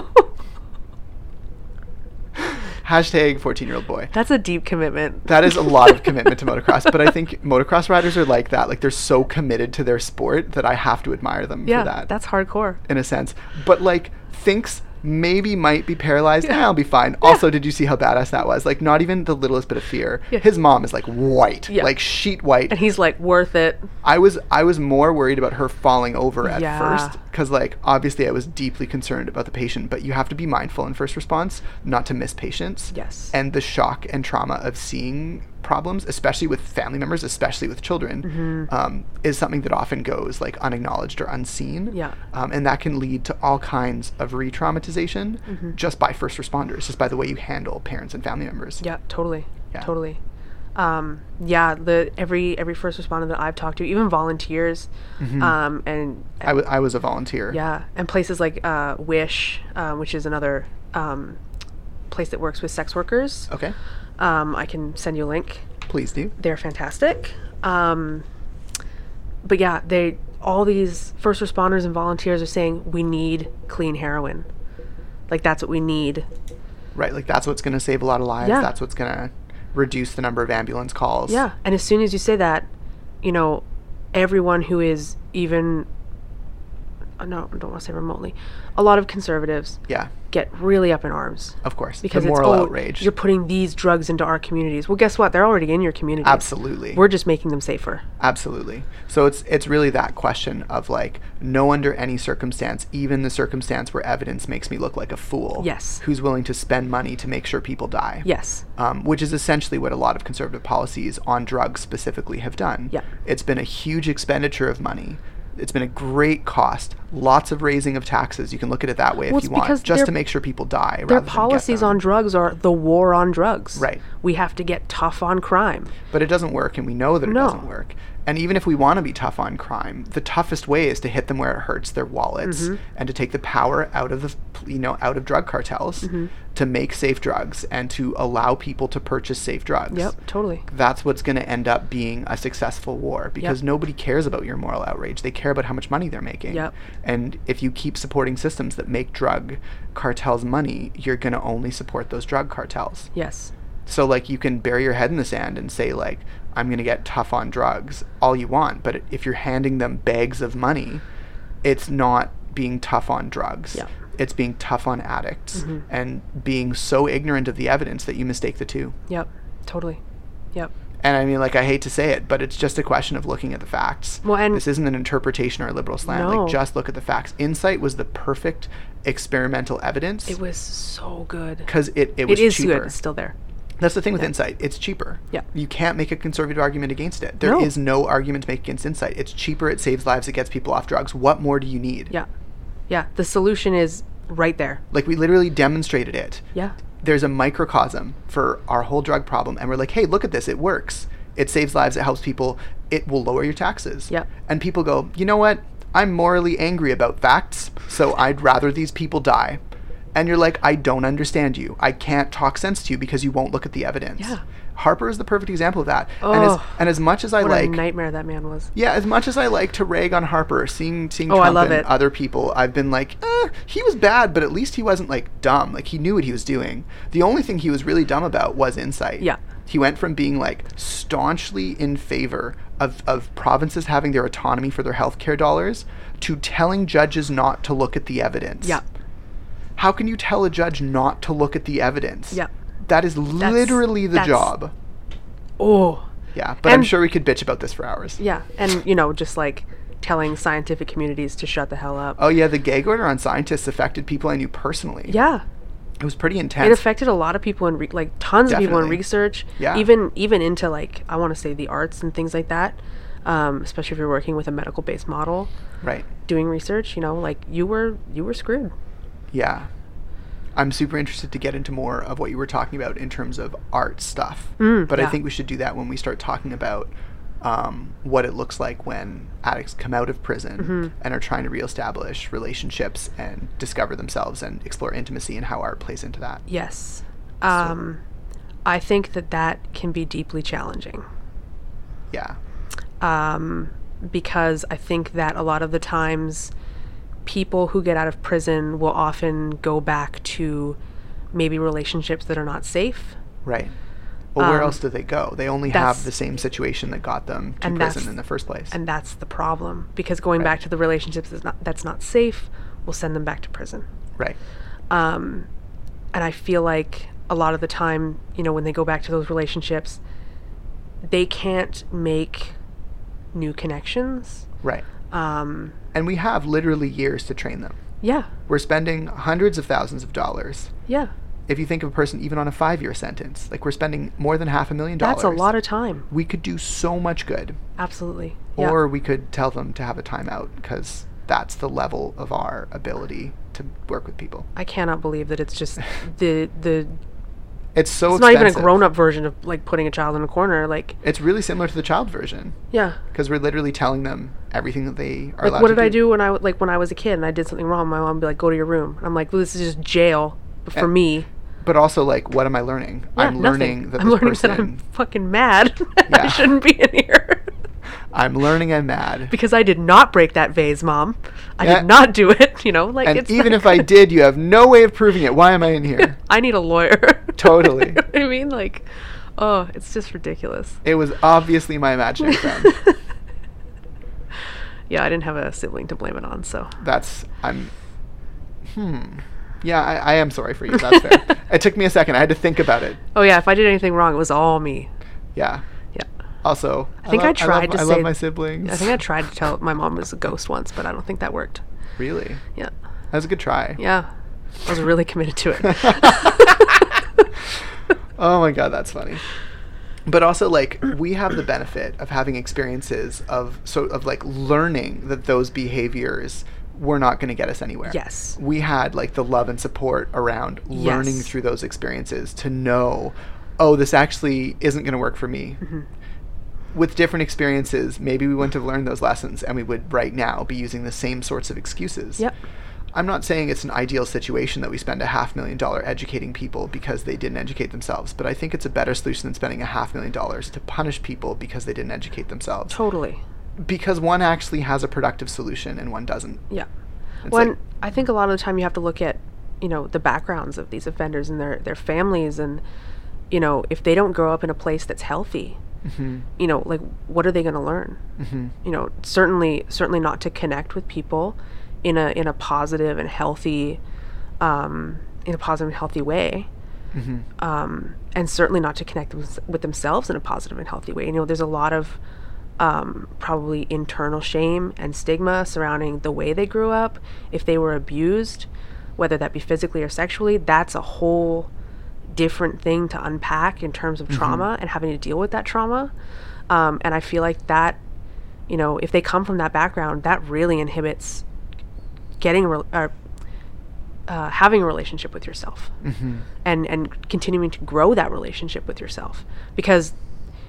hashtag 14 year old boy
[LAUGHS] that's a deep commitment
that is a lot of commitment
[LAUGHS]
to motocross, but I think motocross riders are like that. Like they're so committed to their sport that I have to admire them
yeah
for that.
that's hardcore
in a sense. But like thinks maybe might be paralyzed. "Ah, I'll be fine. Also, did you see how badass that was? Like not even the littlest bit of fear.
Yeah.
His mom is like white,
Yeah.
like sheet white.
and he's like worth it
I was I was more worried about her falling over at
Yeah.
first because like obviously I was deeply concerned about the patient, but you have to be mindful in first response not to miss patients.
Yes.
And the shock and trauma of seeing problems, especially with family members, especially with children,
Mm-hmm.
um, is something that often goes like unacknowledged or unseen.
Yeah.
Um, and that can lead to all kinds of re-traumatization
Mm-hmm.
just by first responders, just by the way you handle parents and family members.
Yeah, totally.
Yeah.
Totally. Um, yeah, the every every first responder that I've talked to, even volunteers,
Mm-hmm.
um, and
I wa- I was a volunteer.
yeah, and places like uh, Wish, uh, which is another um, place that works with sex workers.
Okay. Oh.
Um, I can send you a link.
Please do.
They're fantastic. Um, but yeah, they all these first responders and volunteers are saying we need clean heroin. Like that's what we need.
Right, like that's what's going to save a lot of lives.
Yeah.
That's what's going to reduce the number of ambulance calls.
Yeah, and as soon as you say that, you know, everyone who is even uh, no, I don't want to say remotely, a lot of conservatives
Yeah,
get really up in arms
of course.
because
the moral
it's oh,
outrage.
You're putting these drugs into our communities. Well, guess what? They're already in your community.
Absolutely.
We're just making them safer.
Absolutely. So it's it's really that question of like no under any circumstance, even the circumstance where evidence makes me look like a fool.
Yes.
Who's willing to spend money to make sure people die?
Yes.
um, which is essentially what a lot of conservative policies on drugs specifically have done.
Yeah.
It's been a huge expenditure of money. It's been a great cost, lots of raising of taxes. You can look at it that way
Well,
if
it's
you want,
because
just
their-
to make sure people die.
Their
rather than get
policies
them.
on drugs are the war on drugs.
Right.
We have to get tough on crime.
but it doesn't work, and we know that it
No.
doesn't work. And even if we want to be tough on crime, the toughest way is to hit them where it hurts their wallets
Mm-hmm.
and to take the power out of the f- you know out of drug cartels
Mm-hmm.
to make safe drugs and to allow people to purchase safe drugs.
Yep, totally.
that's what's going to end up being a successful war because nobody cares about your moral outrage. They care about how much money they're making.
Yep.
And if you keep supporting systems that make drug cartels money, you're going to only support those drug cartels.
Yes.
So like you can bury your head in the sand and say like I'm going to get tough on drugs all you want, but if you're handing them bags of money, it's not being tough on drugs.
Yeah.
It's being tough on addicts and being so ignorant of the evidence that you mistake the two.
Yep. Totally. Yep.
And I mean, like, I hate to say it, but it's just a question of looking at the facts.
Well, and-
this isn't an interpretation or a liberal slant.
No.
Like, just look at the facts. Insight was the perfect experimental evidence
It was so good.
because it, it
It
was
is
cheaper.
good. It's still there.
That's the thing with Insight. It's cheaper.
Yeah.
You can't make a conservative argument against it. There is
No.
no. argument to make against Insight. It's cheaper. It saves lives. It gets people off drugs. What more do you need?
Yeah. Yeah. The solution is right there.
Like, we literally demonstrated it.
Yeah.
There's a microcosm for our whole drug problem. And we're like, hey, look at this. It works. It saves lives. It helps people. It will lower your taxes.
Yep.
And people go, you know what? I'm morally angry about facts, so I'd rather these people die. and you're like, I don't understand you. I can't talk sense to you because you won't look at the evidence.
Yeah.
Harper is the perfect example of that. And, as,
Oh.
and as much as I
What
like,
a nightmare that man was.
yeah, as much as I like to rag on Harper, seeing seeing
Oh, I
Trump
love
and
it.
other people, I've been like, eh, he was bad, but at least he wasn't like dumb. Like he knew what he was doing. The only thing he was really dumb about was insight.
Yeah.
He went from being like staunchly in favor of, of provinces having their autonomy for their healthcare dollars to telling judges not to look at the evidence.
Yeah.
How can you tell a judge not to look at the evidence?
Yeah.
That is literally the
that's-
job.
Oh.
Yeah. But I'm
and-
sure we could bitch about this for hours.
Yeah, and you know, just like telling scientific communities to shut the hell up.
Oh yeah, the gag order on scientists affected people I knew personally.
Yeah,
It was pretty
it
intense.
affected a lot of people in re- like tons of people in
Definitely.
research.
Yeah.
even even into like I want to say the arts and things like that. Um, especially if you're working with a medical based model
right.
doing research, you know, like you were you were screwed.
Yeah. I'm super interested to get into more of what you were talking about in terms of art stuff. but I
Mm, yeah.
think we should do that when we start talking about um, what it looks like when addicts come out of prison
Mm-hmm.
and are trying to reestablish relationships and discover themselves and explore intimacy and how art plays into that.
Yes. Um, I think that that can be deeply challenging.
Yeah.
because I think that a lot of the times people who get out of prison will often go back to maybe relationships that are not safe.
Right. Well, where else do they go? They only have
um, that's-
the same situation that got them to
And
prison
that's-
in the first place.
And that's the problem because going back to the relationships that's not, that's not safe will send them back to prison.
right.
And I feel like a lot of the time, you know, when they go back to those relationships, they can't make new connections.
Right. Um, and we have literally years to train them.
Yeah.
We're spending hundreds of thousands of dollars.
Yeah.
If you think of a person even on a five year sentence, like we're spending more than half a million dollars.
That's a lot of time.
We could do so much good.
Absolutely. Yeah.
Or we could tell them to have a timeout because that's the level of our ability to work with people.
I cannot believe that it's
[LAUGHS]
just the the
It's so
it's not even a
expensive.
grown up version of like putting a child in a corner. Like,
It's really similar to the child version
yeah.
because we're literally telling them everything that they are allowed
Like, what
to
did I do when I w- like when I was a kid and I did something wrong? My mom would be like, "Go to your room." And I'm like, well, "This is just jail
Eh.
but for me."
But also, like, what am I learning?
Yeah,
I'm
nothing.
learning that
I'm
this
learning
person.
that I'm fucking mad. [LAUGHS]
Yeah.
I shouldn't be in here [LAUGHS]
I'm learning I'm mad.
because I did not break that vase, mom. I
Yeah.
did not do it. [LAUGHS] You know, like
And
it's
even
like,
if I did, you have no way of proving it. Why am I in here?
[LAUGHS] I need a lawyer. [LAUGHS]
Totally.
You know what I mean, like, oh, it's just ridiculous. [LAUGHS]
It was obviously my imaginary friend.
Yeah, I didn't have a sibling to blame it on, so
That's I'm. Hmm. Yeah, I, I am sorry for you. That's
[LAUGHS]
fair. it took me a second. I had to think about it.
Oh yeah, if I did anything wrong, it was all me.
Yeah.
Yeah.
Also, I
think I
love-
tried
love,
to
I love
say-
my siblings.
I think
[LAUGHS]
I tried to tell my mom was a ghost once, but I don't think that worked.
really.
Yeah.
That was a good try.
Yeah. I was really committed to it.
[LAUGHS]
[LAUGHS]
Oh my god, that's funny. But also like we have the benefit of having experiences of so of like learning that those behaviors were not going to get us anywhere.
Yes.
We had like the love and support around learning
Yes.
through those experiences to know oh this actually isn't going to work for me.
Mm-hmm.
With different experiences, maybe we wouldn't have learned those lessons and we would right now be using the same sorts of excuses.
Yep.
I'm not saying it's an ideal situation that we spend a half million dollar educating people because they didn't educate themselves, but I think it's a better solution than spending a half million dollars to punish people because they didn't educate themselves.
Totally.
Because one actually has a productive solution and one doesn't.
Yeah.
It's
When
like-
I think a lot of the time you have to look at, you know, the backgrounds of these offenders and their their families and you know, if they don't grow up in a place that's healthy,
Mm-hmm.
you know, like what are they going to learn? Mm-hmm. You know, certainly certainly not to connect with people in a in a positive and healthy um in a positive and healthy way.
Mm-hmm.
Um, and certainly not to connect with, with themselves in a positive and healthy way. You know, there's a lot of um, probably internal shame and stigma surrounding the way they grew up. If they were abused, whether that be physically or sexually, that's a whole different thing to unpack in terms of trauma and having to deal with that trauma. Um, and I feel like that, you know, if they come from that background, that really inhibits getting a re- or, uh, having a relationship with yourself
mm-hmm.
and and continuing to grow that relationship with yourself because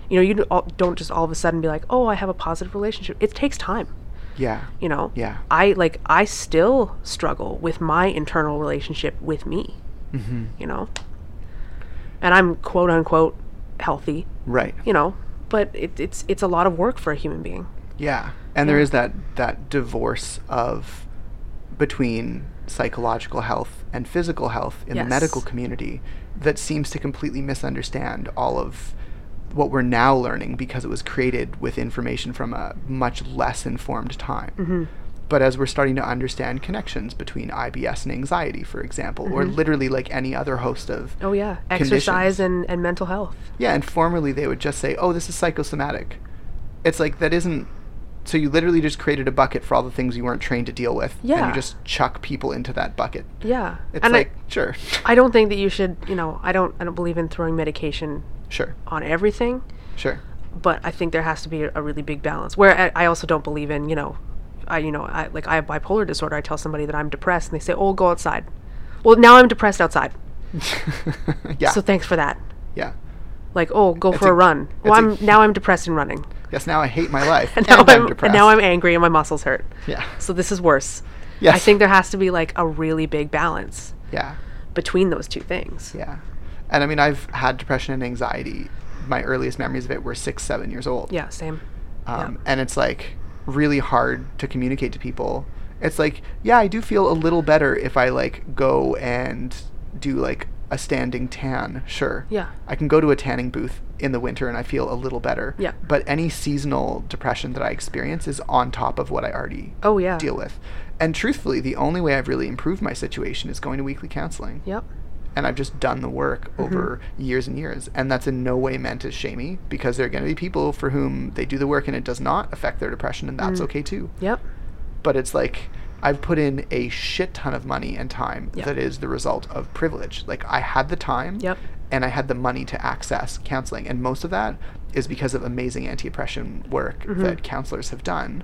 you know you don't all- don't just all of a sudden be like oh i have a positive relationship it takes time
Yeah.
you know
Yeah.
i like i still struggle with my internal relationship with me
Mm-hmm.
you know and i'm quote unquote healthy
Right.
you know but it, it's it's a lot of work for a human being
Yeah. And there is that that divorce of between psychological health and physical health in the
Yes.
medical community that seems to completely misunderstand all of what we're now learning because it was created with information from a much less informed time. But as we're starting to understand connections between IBS and anxiety, for example, or literally like any other host of
oh yeah
Conditions.
exercise and, and mental health
yeah, and formerly they would just say, "Oh, this is psychosomatic." It's like that isn't. So you literally just created a bucket for all the things you weren't trained to deal with, and
Yeah.
you just chuck people into that bucket.
yeah
It's
and
like, sure,
I, I don't think that you should you know i don't i don't believe in throwing medication
sure,
on everything
sure. [LAUGHS]
but I think there has to be a, a really big balance. Where I, I also don't believe in, you know, I you know, I like I have bipolar disorder. I tell somebody that I'm depressed, and they say, "Oh, go outside." Well, now I'm depressed outside,
yeah,
so thanks for that.
yeah.
Like, oh, go for
a-
a, run. Well,
it's a-
I'm now I'm depressed and running, [LAUGHS]
Yes, now I hate my life,
and now I'm,
depressed.
and now I'm angry, and my muscles hurt. [LAUGHS]
yeah,
So this is worse.
yes,
I think there has to be like a really big balance
yeah,
between those two things.
yeah. And I mean, I've had depression and anxiety. My earliest memories of it were six, seven years old.
Yeah, same.
um, and it's like really hard to communicate to people it's like yeah i do feel a little better if i like go and do like a standing tan sure
Yeah.
i can go to a tanning booth in the winter and i feel a little better
Yeah.
but any seasonal depression that i experience is on top of what i already
Oh yeah.
deal with and truthfully the only way i've really improved my situation is going to weekly counseling
Yep.
and I've just done the work
Mm-hmm.
over years and years. And that's in no way meant as shamey because there are going to be people for whom they do the work and it does not affect their depression, and
Mm.
that's okay too.
Yep.
But it's like I've put in a shit ton of money and time
Yeah.
that is the result of privilege. Like I had the time
Yep.
and I had the money to access counseling. And most of that is because of amazing anti oppression work
Mm-hmm.
that counselors have done.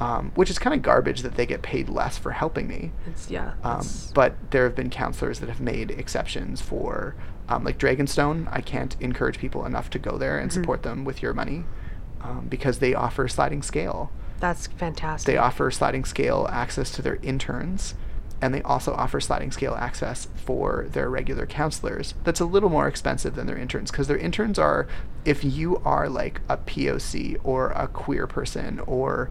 Um, which is kind of garbage that they get paid less for helping me.
It's yeah.
Um,
it's-
but there have been counselors that have made exceptions for, um, like Dragonstone. I can't encourage people enough to go there and support them with your money um, because they offer sliding scale.
that's fantastic.
They offer sliding scale access to their interns, and they also offer sliding scale access for their regular counselors. That's a little more expensive than their interns because their interns are, if you are like a POC or a queer person or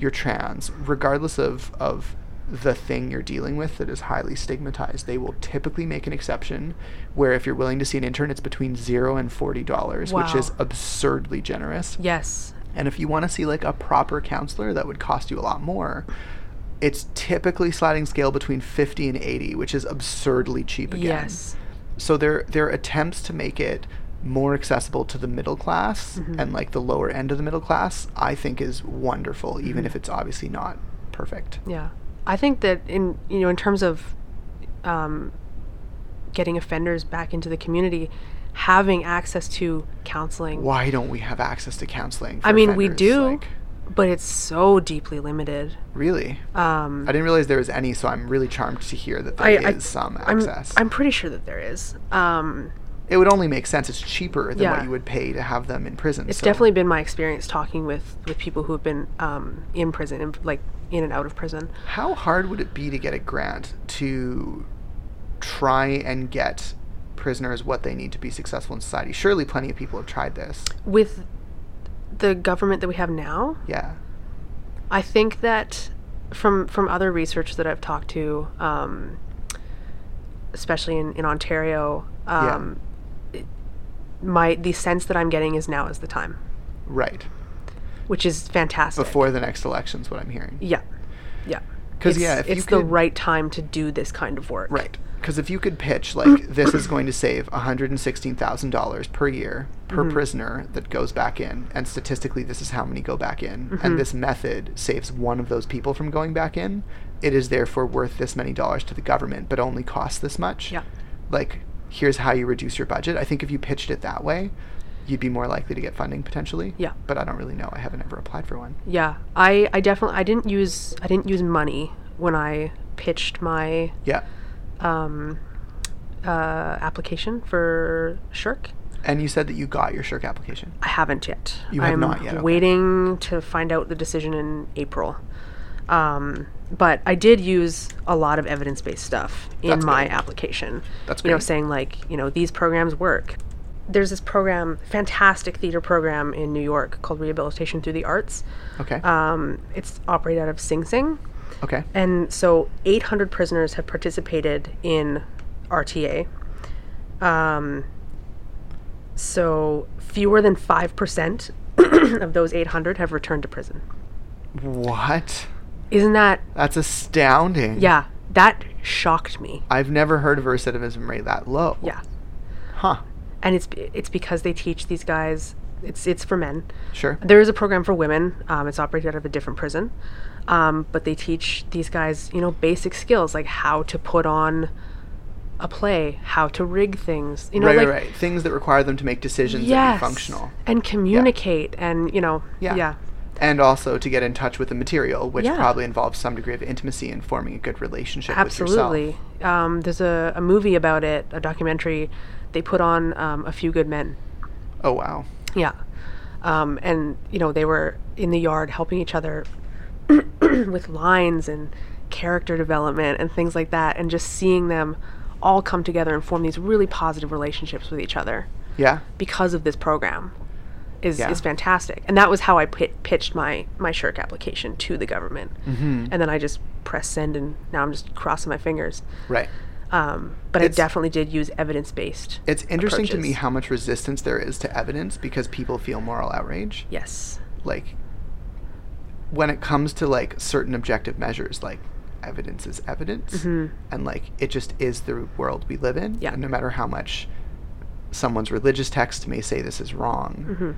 you're trans, regardless of, of the thing you're dealing with that is highly stigmatized, they will typically make an exception where if you're willing to see an intern, it's between zero and $40, which
Wow.
is absurdly generous.
Yes.
And if you want to see like a proper counselor, that would cost you a lot more. It's typically sliding scale between 50 and 80, which is absurdly cheap again.
Yes.
So their their attempts to make it more accessible to the middle class
Mm-hmm.
and like the lower end of the middle class, I think is wonderful,
Mm-hmm.
even if it's obviously not perfect.
Yeah, I think that in you know in terms of um, getting offenders back into the community, having access to counseling.
Why don't we have access to counseling? For
I mean, we
offenders?
do,
Like,
but it's so deeply limited.
really?
Um,
I didn't realize there was any, so I'm really charmed to hear that there
I,
is
I
some
I'm,
access.
I'm pretty sure that there is. Um,
it would only make sense. It's cheaper than what
Yeah.
you would pay to have them in prison.
it's
so-
definitely been my experience talking with with people who have been um, in prison, in, like in and out of prison.
How hard would it be to get a grant to try and get prisoners what they need to be successful in society? Surely plenty of people have tried this.
With the government that we have now,
Yeah.
I think that from from other research that I've talked to, um, especially in, in Ontario,
Yeah.
um, it- my the sense that I'm getting is now is the time,
Right.
which is fantastic.
Before the next election's what I'm hearing.
yeah, yeah,
'Cause,
It's-
yeah, if you
it's the
could-
right time to do this kind of work.
Right. Because if you could pitch,
[COUGHS]
like, this is going to save $116,000 per year per
Mm-hmm.
prisoner that goes back in, and statistically, this is how many go back in,
Mm-hmm.
and this method saves one of those people from going back in, it is therefore worth this many dollars to the government, but only costs this much.
Yeah.
Like, here's how you reduce your budget. I think if you pitched it that way, you'd be more likely to get funding potentially.
Yeah.
But I don't really know. I haven't ever applied for one.
Yeah, I I definitely I didn't use I didn't use money when I pitched my
Yeah.
um, uh, application for Shirk.
And you said that you got your shirk application.
I haven't yet.
You have
I'm
not yet, okay.
waiting to find out the decision in April. Um, but I did use a lot of evidence-based stuff in
That's
my
good.
application.
That's
you know
great.
saying like you know these programs work. There's this program, fantastic theater program in New York called Rehabilitation Through the Arts.
Okay.
Um, it's operated out of Sing Sing,
okay.
and so 800 prisoners have participated in RTA. Um, so fewer than 5% of those 800 have returned to prison.
What?
Isn't that,
That's astounding.
yeah, that shocked me.
I've never heard of a recidivism rate that low.
Yeah.
Huh.
And it's it's because they teach these guys, it's it's for men.
Sure.
There is a program for women. Um, it's operated out of a different prison, um, but they teach these guys, you know, basic skills like how to put on a play, how to rig things. You know,
right,
like
right, right. Things that require them to make decisions that
yes,
be functional.
and communicate, and you know,
Yeah.
yeah,
And also to get in touch with the material, which
Yeah.
probably involves some degree of intimacy and forming a good relationship with yourself.
absolutely. Um, there's a, a movie about it, a documentary. They put on um, a few good men.
Oh, wow.
Yeah. Um, and, you know, they were in the yard helping each other [CLEARS THROAT] with lines and character development and things like that, and just seeing them all come together and form these really positive relationships with each other
Yeah.
because of this program is,
Yeah.
is fantastic. And that was how I pit- pitched my, my shirk application to the government. Mm-hmm. And then I just pressed send, and now I'm just crossing my fingers.
Right.
Um, but
It's-
I definitely did use evidence based.
It's interesting to me
Approaches.
how much resistance there is to evidence because people feel moral outrage.
yes.
Like, when it comes to like certain objective measures, like evidence is evidence, and like it just is the world we live in.
Mm-hmm. Yeah.
And no matter how much someone's religious text may say this is wrong,
Mm-hmm.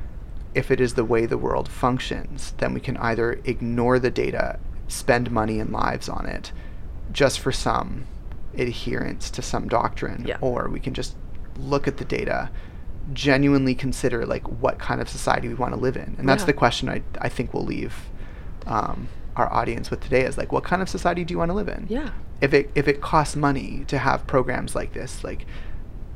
if it is the way the world functions, then we can either ignore the data, spend money and lives on it just for some adherence to some doctrine,
Yeah.
or we can just look at the data, genuinely consider like what kind of society we want to live in. And that's
Yeah.
the question I, I think we'll leave um, our audience with today is like, what kind of society do you want to live in?
Yeah.
if it if it costs money to have programs like this, like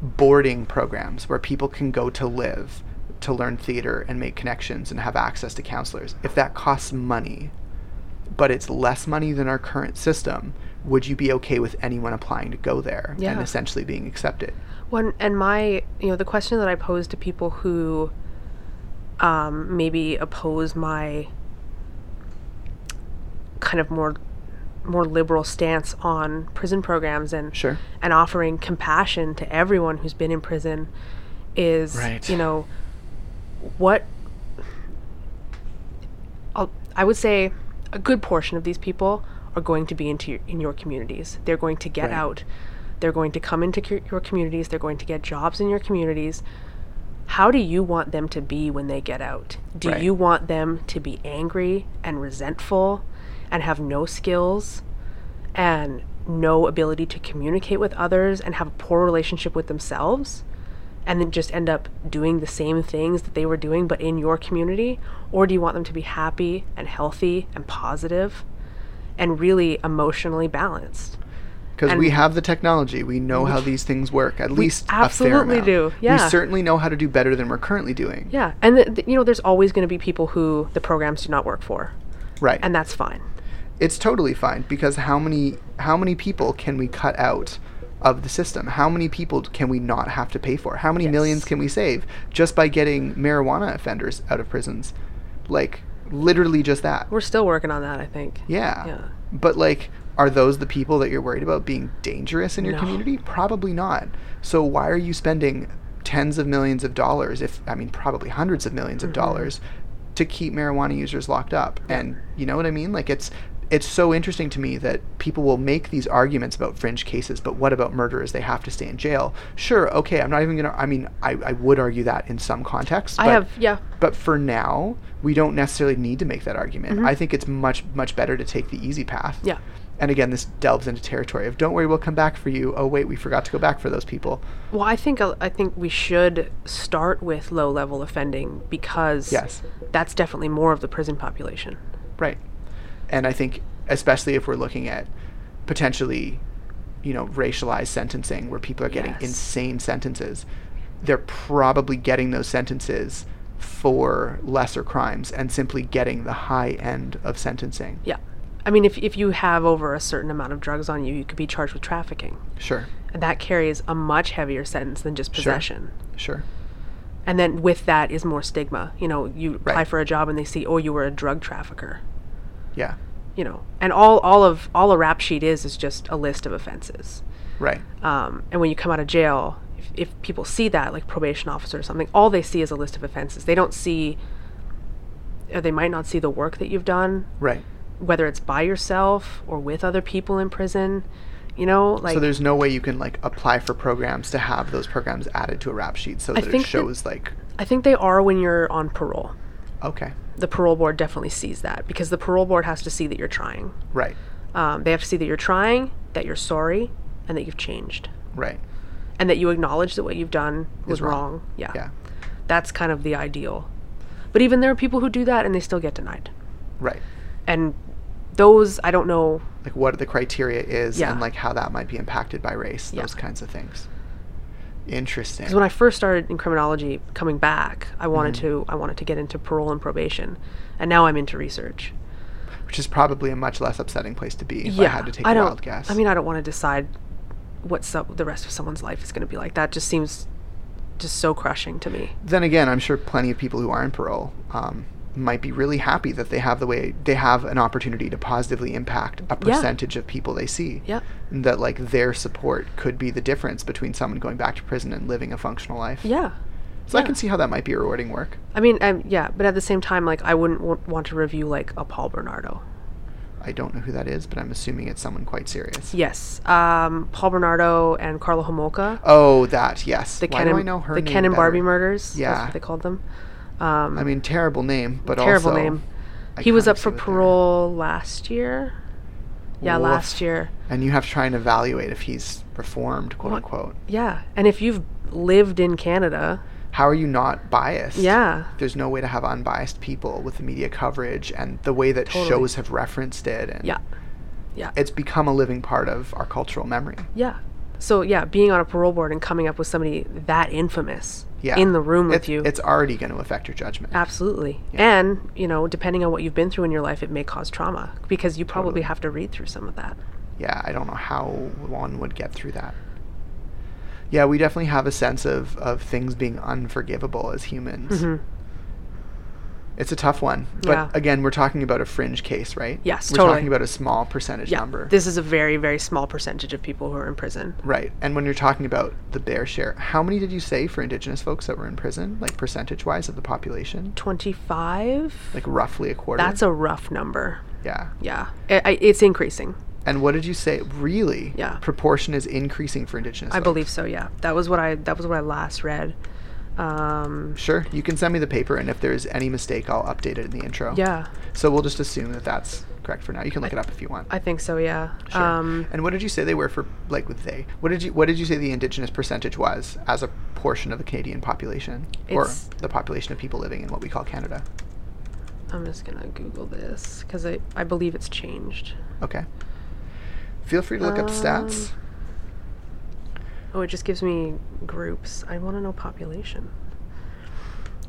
boarding programs where people can go to live, to learn theater and make connections and have access to counselors, if that costs money, but it's less money than our current system, would you be okay with anyone applying to go there and
Yeah.
essentially being accepted?
One and my, you know, the question that I pose to people who um, maybe oppose my kind of more more liberal stance on prison programs and
Sure.
and offering compassion to everyone who's been in prison is,
Right.
you know, what I'll, I would say a good portion of these people are going to be into your, in your communities. They're going to get
Right.
out. They're going to come into cu- your communities. They're going to get jobs in your communities. How do you want them to be when they get out? Do
Right.
you want them to be angry and resentful and have no skills and no ability to communicate with others and have a poor relationship with themselves? and then just end up doing the same things that they were doing but in your community or do you want them to be happy and healthy and positive and really emotionally balanced
Because
And-
we have the technology, we know how these things work. At least a fair
absolutely
amount.
do,
We
yeah.
certainly know how to do better than we're currently doing.
yeah and th- th- you know there's always going to be people who the programs do not work for
Right.
and that's fine
it's totally fine because how many how many people can we cut out of the system? How many people can we not have to pay for? How many millions
Yes.
can we save just by getting marijuana offenders out of prisons? Like literally just that.
we're still working on that i think
Yeah.
Yeah.
But like are those the people that you're worried about being dangerous in your
No.
community? Probably not. So why are you spending tens of millions of dollars if I mean probably hundreds of 1000000s of
Mm-hmm.
dollars to keep marijuana users locked up? And you know what I mean? Like it's it's so interesting to me that people will make these arguments about fringe cases, but what about murderers? They have to stay in jail. Sure, okay, I'm not even gonna. I mean, I, I would argue that in some contexts.
i
but-
have yeah
but for now, we don't necessarily need to make that argument. I think it's much, much better to take the easy path.
Mm-hmm. yeah
And again, this delves into territory of don't worry, we'll come back for you. Oh, wait, we forgot to go back for those people.
well i think uh, i think we should start with low level offending because
Yes.
that's definitely more of the prison population
Right. And I think, especially if we're looking at potentially, you know, racialized sentencing where people are getting
Yes.
insane sentences, they're probably getting those sentences for lesser crimes and simply getting the high end of sentencing.
Yeah. I mean, if, if you have over a certain amount of drugs on you, you could be charged with trafficking.
Sure,
And that carries a much heavier sentence than just possession.
sure.
And then with that is more stigma. You know, you apply
Right.
for a job and they see, oh, you were a drug trafficker.
Yeah,
You know, and all, all of all a rap sheet is is just a list of offenses.
right.
Um, and when you come out of jail, if, if people see that, like probation officer or something, all they see is a list of offenses. They don't see, or they might not see the work that you've done,
Right.
whether it's by yourself or with other people in prison. You know, like
So there's no way you can like apply for programs to have those programs added to a rap sheet so that it
think that-
shows like
I think they are when you're on parole.
okay,
The parole board definitely sees that because the parole board has to see that you're trying.
right,
Um, they have to see that you're trying, that you're sorry, and that you've changed,
right,
and that you acknowledge that what you've done was
wrong.
wrong.
yeah,
that's kind of the ideal. But even there are people who do that and they still get denied.
right.
And those I don't know.
Like what the criteria is
Yeah.
and like how that might be impacted by race,
Yeah.
those kinds of things. Interesting.
'cause When I first started in criminology, coming back, I wanted to
Mm-hmm.
I wanted to get into parole and probation, and now I'm into research.
which is probably a much less upsetting place to be if I had to take a
don't.
wild guess.
I mean, I don't want to decide what so, the rest of someone's life is going to be like. That just seems just so crushing to me.
then again, I'm sure plenty of people who are on parole um, might be really happy that they have the way they have an opportunity to positively impact a percentage of people they see.
Yeah.
And that like their support could be the difference between someone going back to prison and living a functional life.
Yeah.
So I can see how that might be rewarding work.
I mean, um, yeah, but at the same time, like I wouldn't w- want to review like a Paul Bernardo.
I don't know who that is, but I'm assuming it's someone quite serious.
Yes, um, Paul Bernardo and Carla Homolka.
Oh, that yes.
the
Why
Ken
do
and,
I know her
the
name
Ken and Barbie
better?
murders. That's
Yeah.
what they called them. Um,
I mean, terrible name, but
terrible
also
name.
I
he was
kinda
up for
see what they're-
parole last year. Yeah,
Woof.
last year.
And you have to try and evaluate if he's reformed, quote unquote.
Yeah, and if you've lived in Canada,
How are you not biased?
yeah,
there's no way to have unbiased people with the media coverage and the way that
Totally.
shows have referenced it and
yeah,
it's become a living part of our cultural memory
yeah. So yeah, being on a parole board and coming up with somebody that infamous
yeah
in the room with
it's,
you,
it's already going to affect your judgment
absolutely. And you know, depending on what you've been through in your life, it may cause trauma because you probably have to read through some of that.
yeah i don't know how one would get through that yeah we definitely have a sense of of things being unforgivable as humans it's a tough one but
Mm-hmm. Yeah.
again we're talking about a fringe case right
Yes,
we're
totally.
talking about a small percentage
Yeah,
number
this is a very very small percentage of people who are in prison.
Right. And when you're talking about the bear share, how many did you say for indigenous folks that were in prison, like percentage wise of the population?
25
Like roughly a quarter.
that's a rough number
yeah.
yeah I, I, it's increasing
And what did you say? Really?
Yeah.
Proportion is increasing for indigenous
i
folks.
believe so yeah that was what i that was what i last read um
Sure. You can send me the paper and if there's any mistake I'll update it in the intro.
yeah
So we'll just assume that that's correct for now. You can look it up if you want.
i think so yeah
Sure.
um
and what did you say they were for like with they? What did you what did you say the indigenous percentage was as a portion of the Canadian population or
It's-
the population of people living in what we call Canada?
i'm just gonna google this because I, I believe it's changed
Okay. Feel free to look up stats.
Um, oh it just gives me groups i want to know population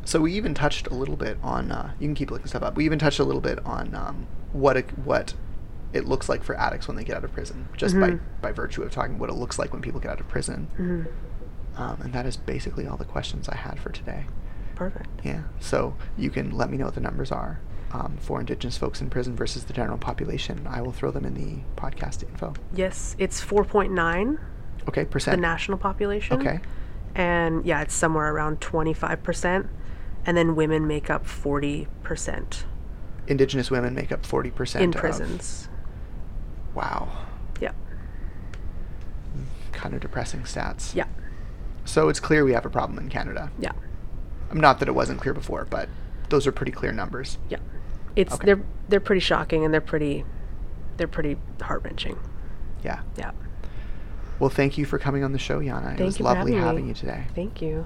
So we even touched a little bit on. Uh, you can keep looking stuff up. We even touched a little bit on um, what a, what it looks like for addicts when they get out of prison, just
Mm-hmm.
by by virtue of talking what it looks like when people get out of prison. Um, and that is basically all the questions I had for today.
perfect
Yeah. So you can let me know what the numbers are um, for Indigenous folks in prison versus the general population. I will throw them in the podcast info.
yes it's 4.9
Okay.
the
Percent.
national population
okay.
and yeah it's somewhere around 25% and then women make up 40%
Indigenous women make up forty percent
in prisons
Wow.
yeah
kind of depressing stats.
yeah
So it's clear we have a problem in Canada.
yeah
Um, Not that it wasn't clear before, but those are pretty clear numbers.
yeah it's
Okay.
they're they're pretty shocking and they're pretty they're pretty heart-wrenching
Yeah.
yeah
Well, thank you for coming on the show, Yana. it
Thank
was
you for
lovely
having me.
having you today.
thank you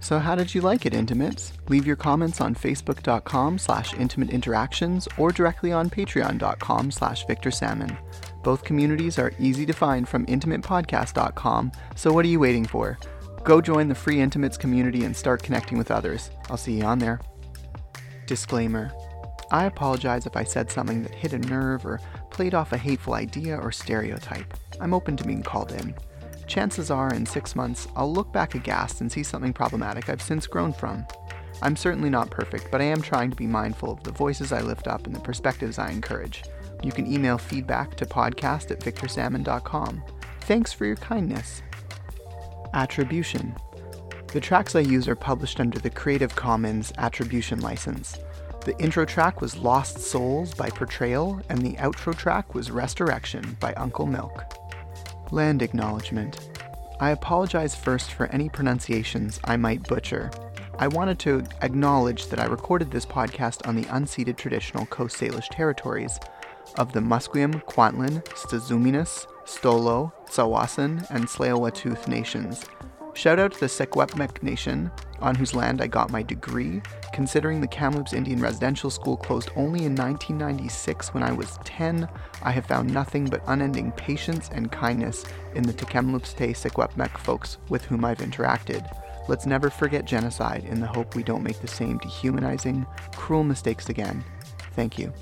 So how did you like it, Intimates? Leave your comments on facebook.com slash intimateinteractions or directly on patreon.com slash victorsalmon. Both communities are easy to find from intimatepodcast.com, so what are you waiting for? Go join the free Intimates community and start connecting with others. I'll see you on there. Disclaimer I apologize if I said something that hit a nerve or played off a hateful idea or stereotype. I'm open to being called in. Chances are, in six months, I'll look back aghast and see something problematic I've since grown from. I'm certainly not perfect, but I am trying to be mindful of the voices I lift up and the perspectives I encourage. You can email feedback to podcast at victorsalmon.com. Thanks for your kindness. Attribution. The tracks I use are published under the Creative Commons Attribution License. The intro track was Lost Souls by Portrayal, and the outro track was Resurrection by Uncle Milk. Land Acknowledgement. I apologize first for any pronunciations I might butcher. I wanted to acknowledge that I recorded this podcast on the unceded traditional Coast Salish territories of the Musqueam, Kwantlen, Stazuminas, Stolo, Tsawasan, and tsleil nations. Shout out to the Sequepmek Nation, on whose land I got my degree, considering the Kamloops Indian Residential School closed only in 1996 when I was 10, I have found nothing but unending patience and kindness in the Tekemlupste Sequepmek folks with whom I've interacted. Let's never forget genocide in the hope we don't make the same dehumanizing, cruel mistakes again. Thank you.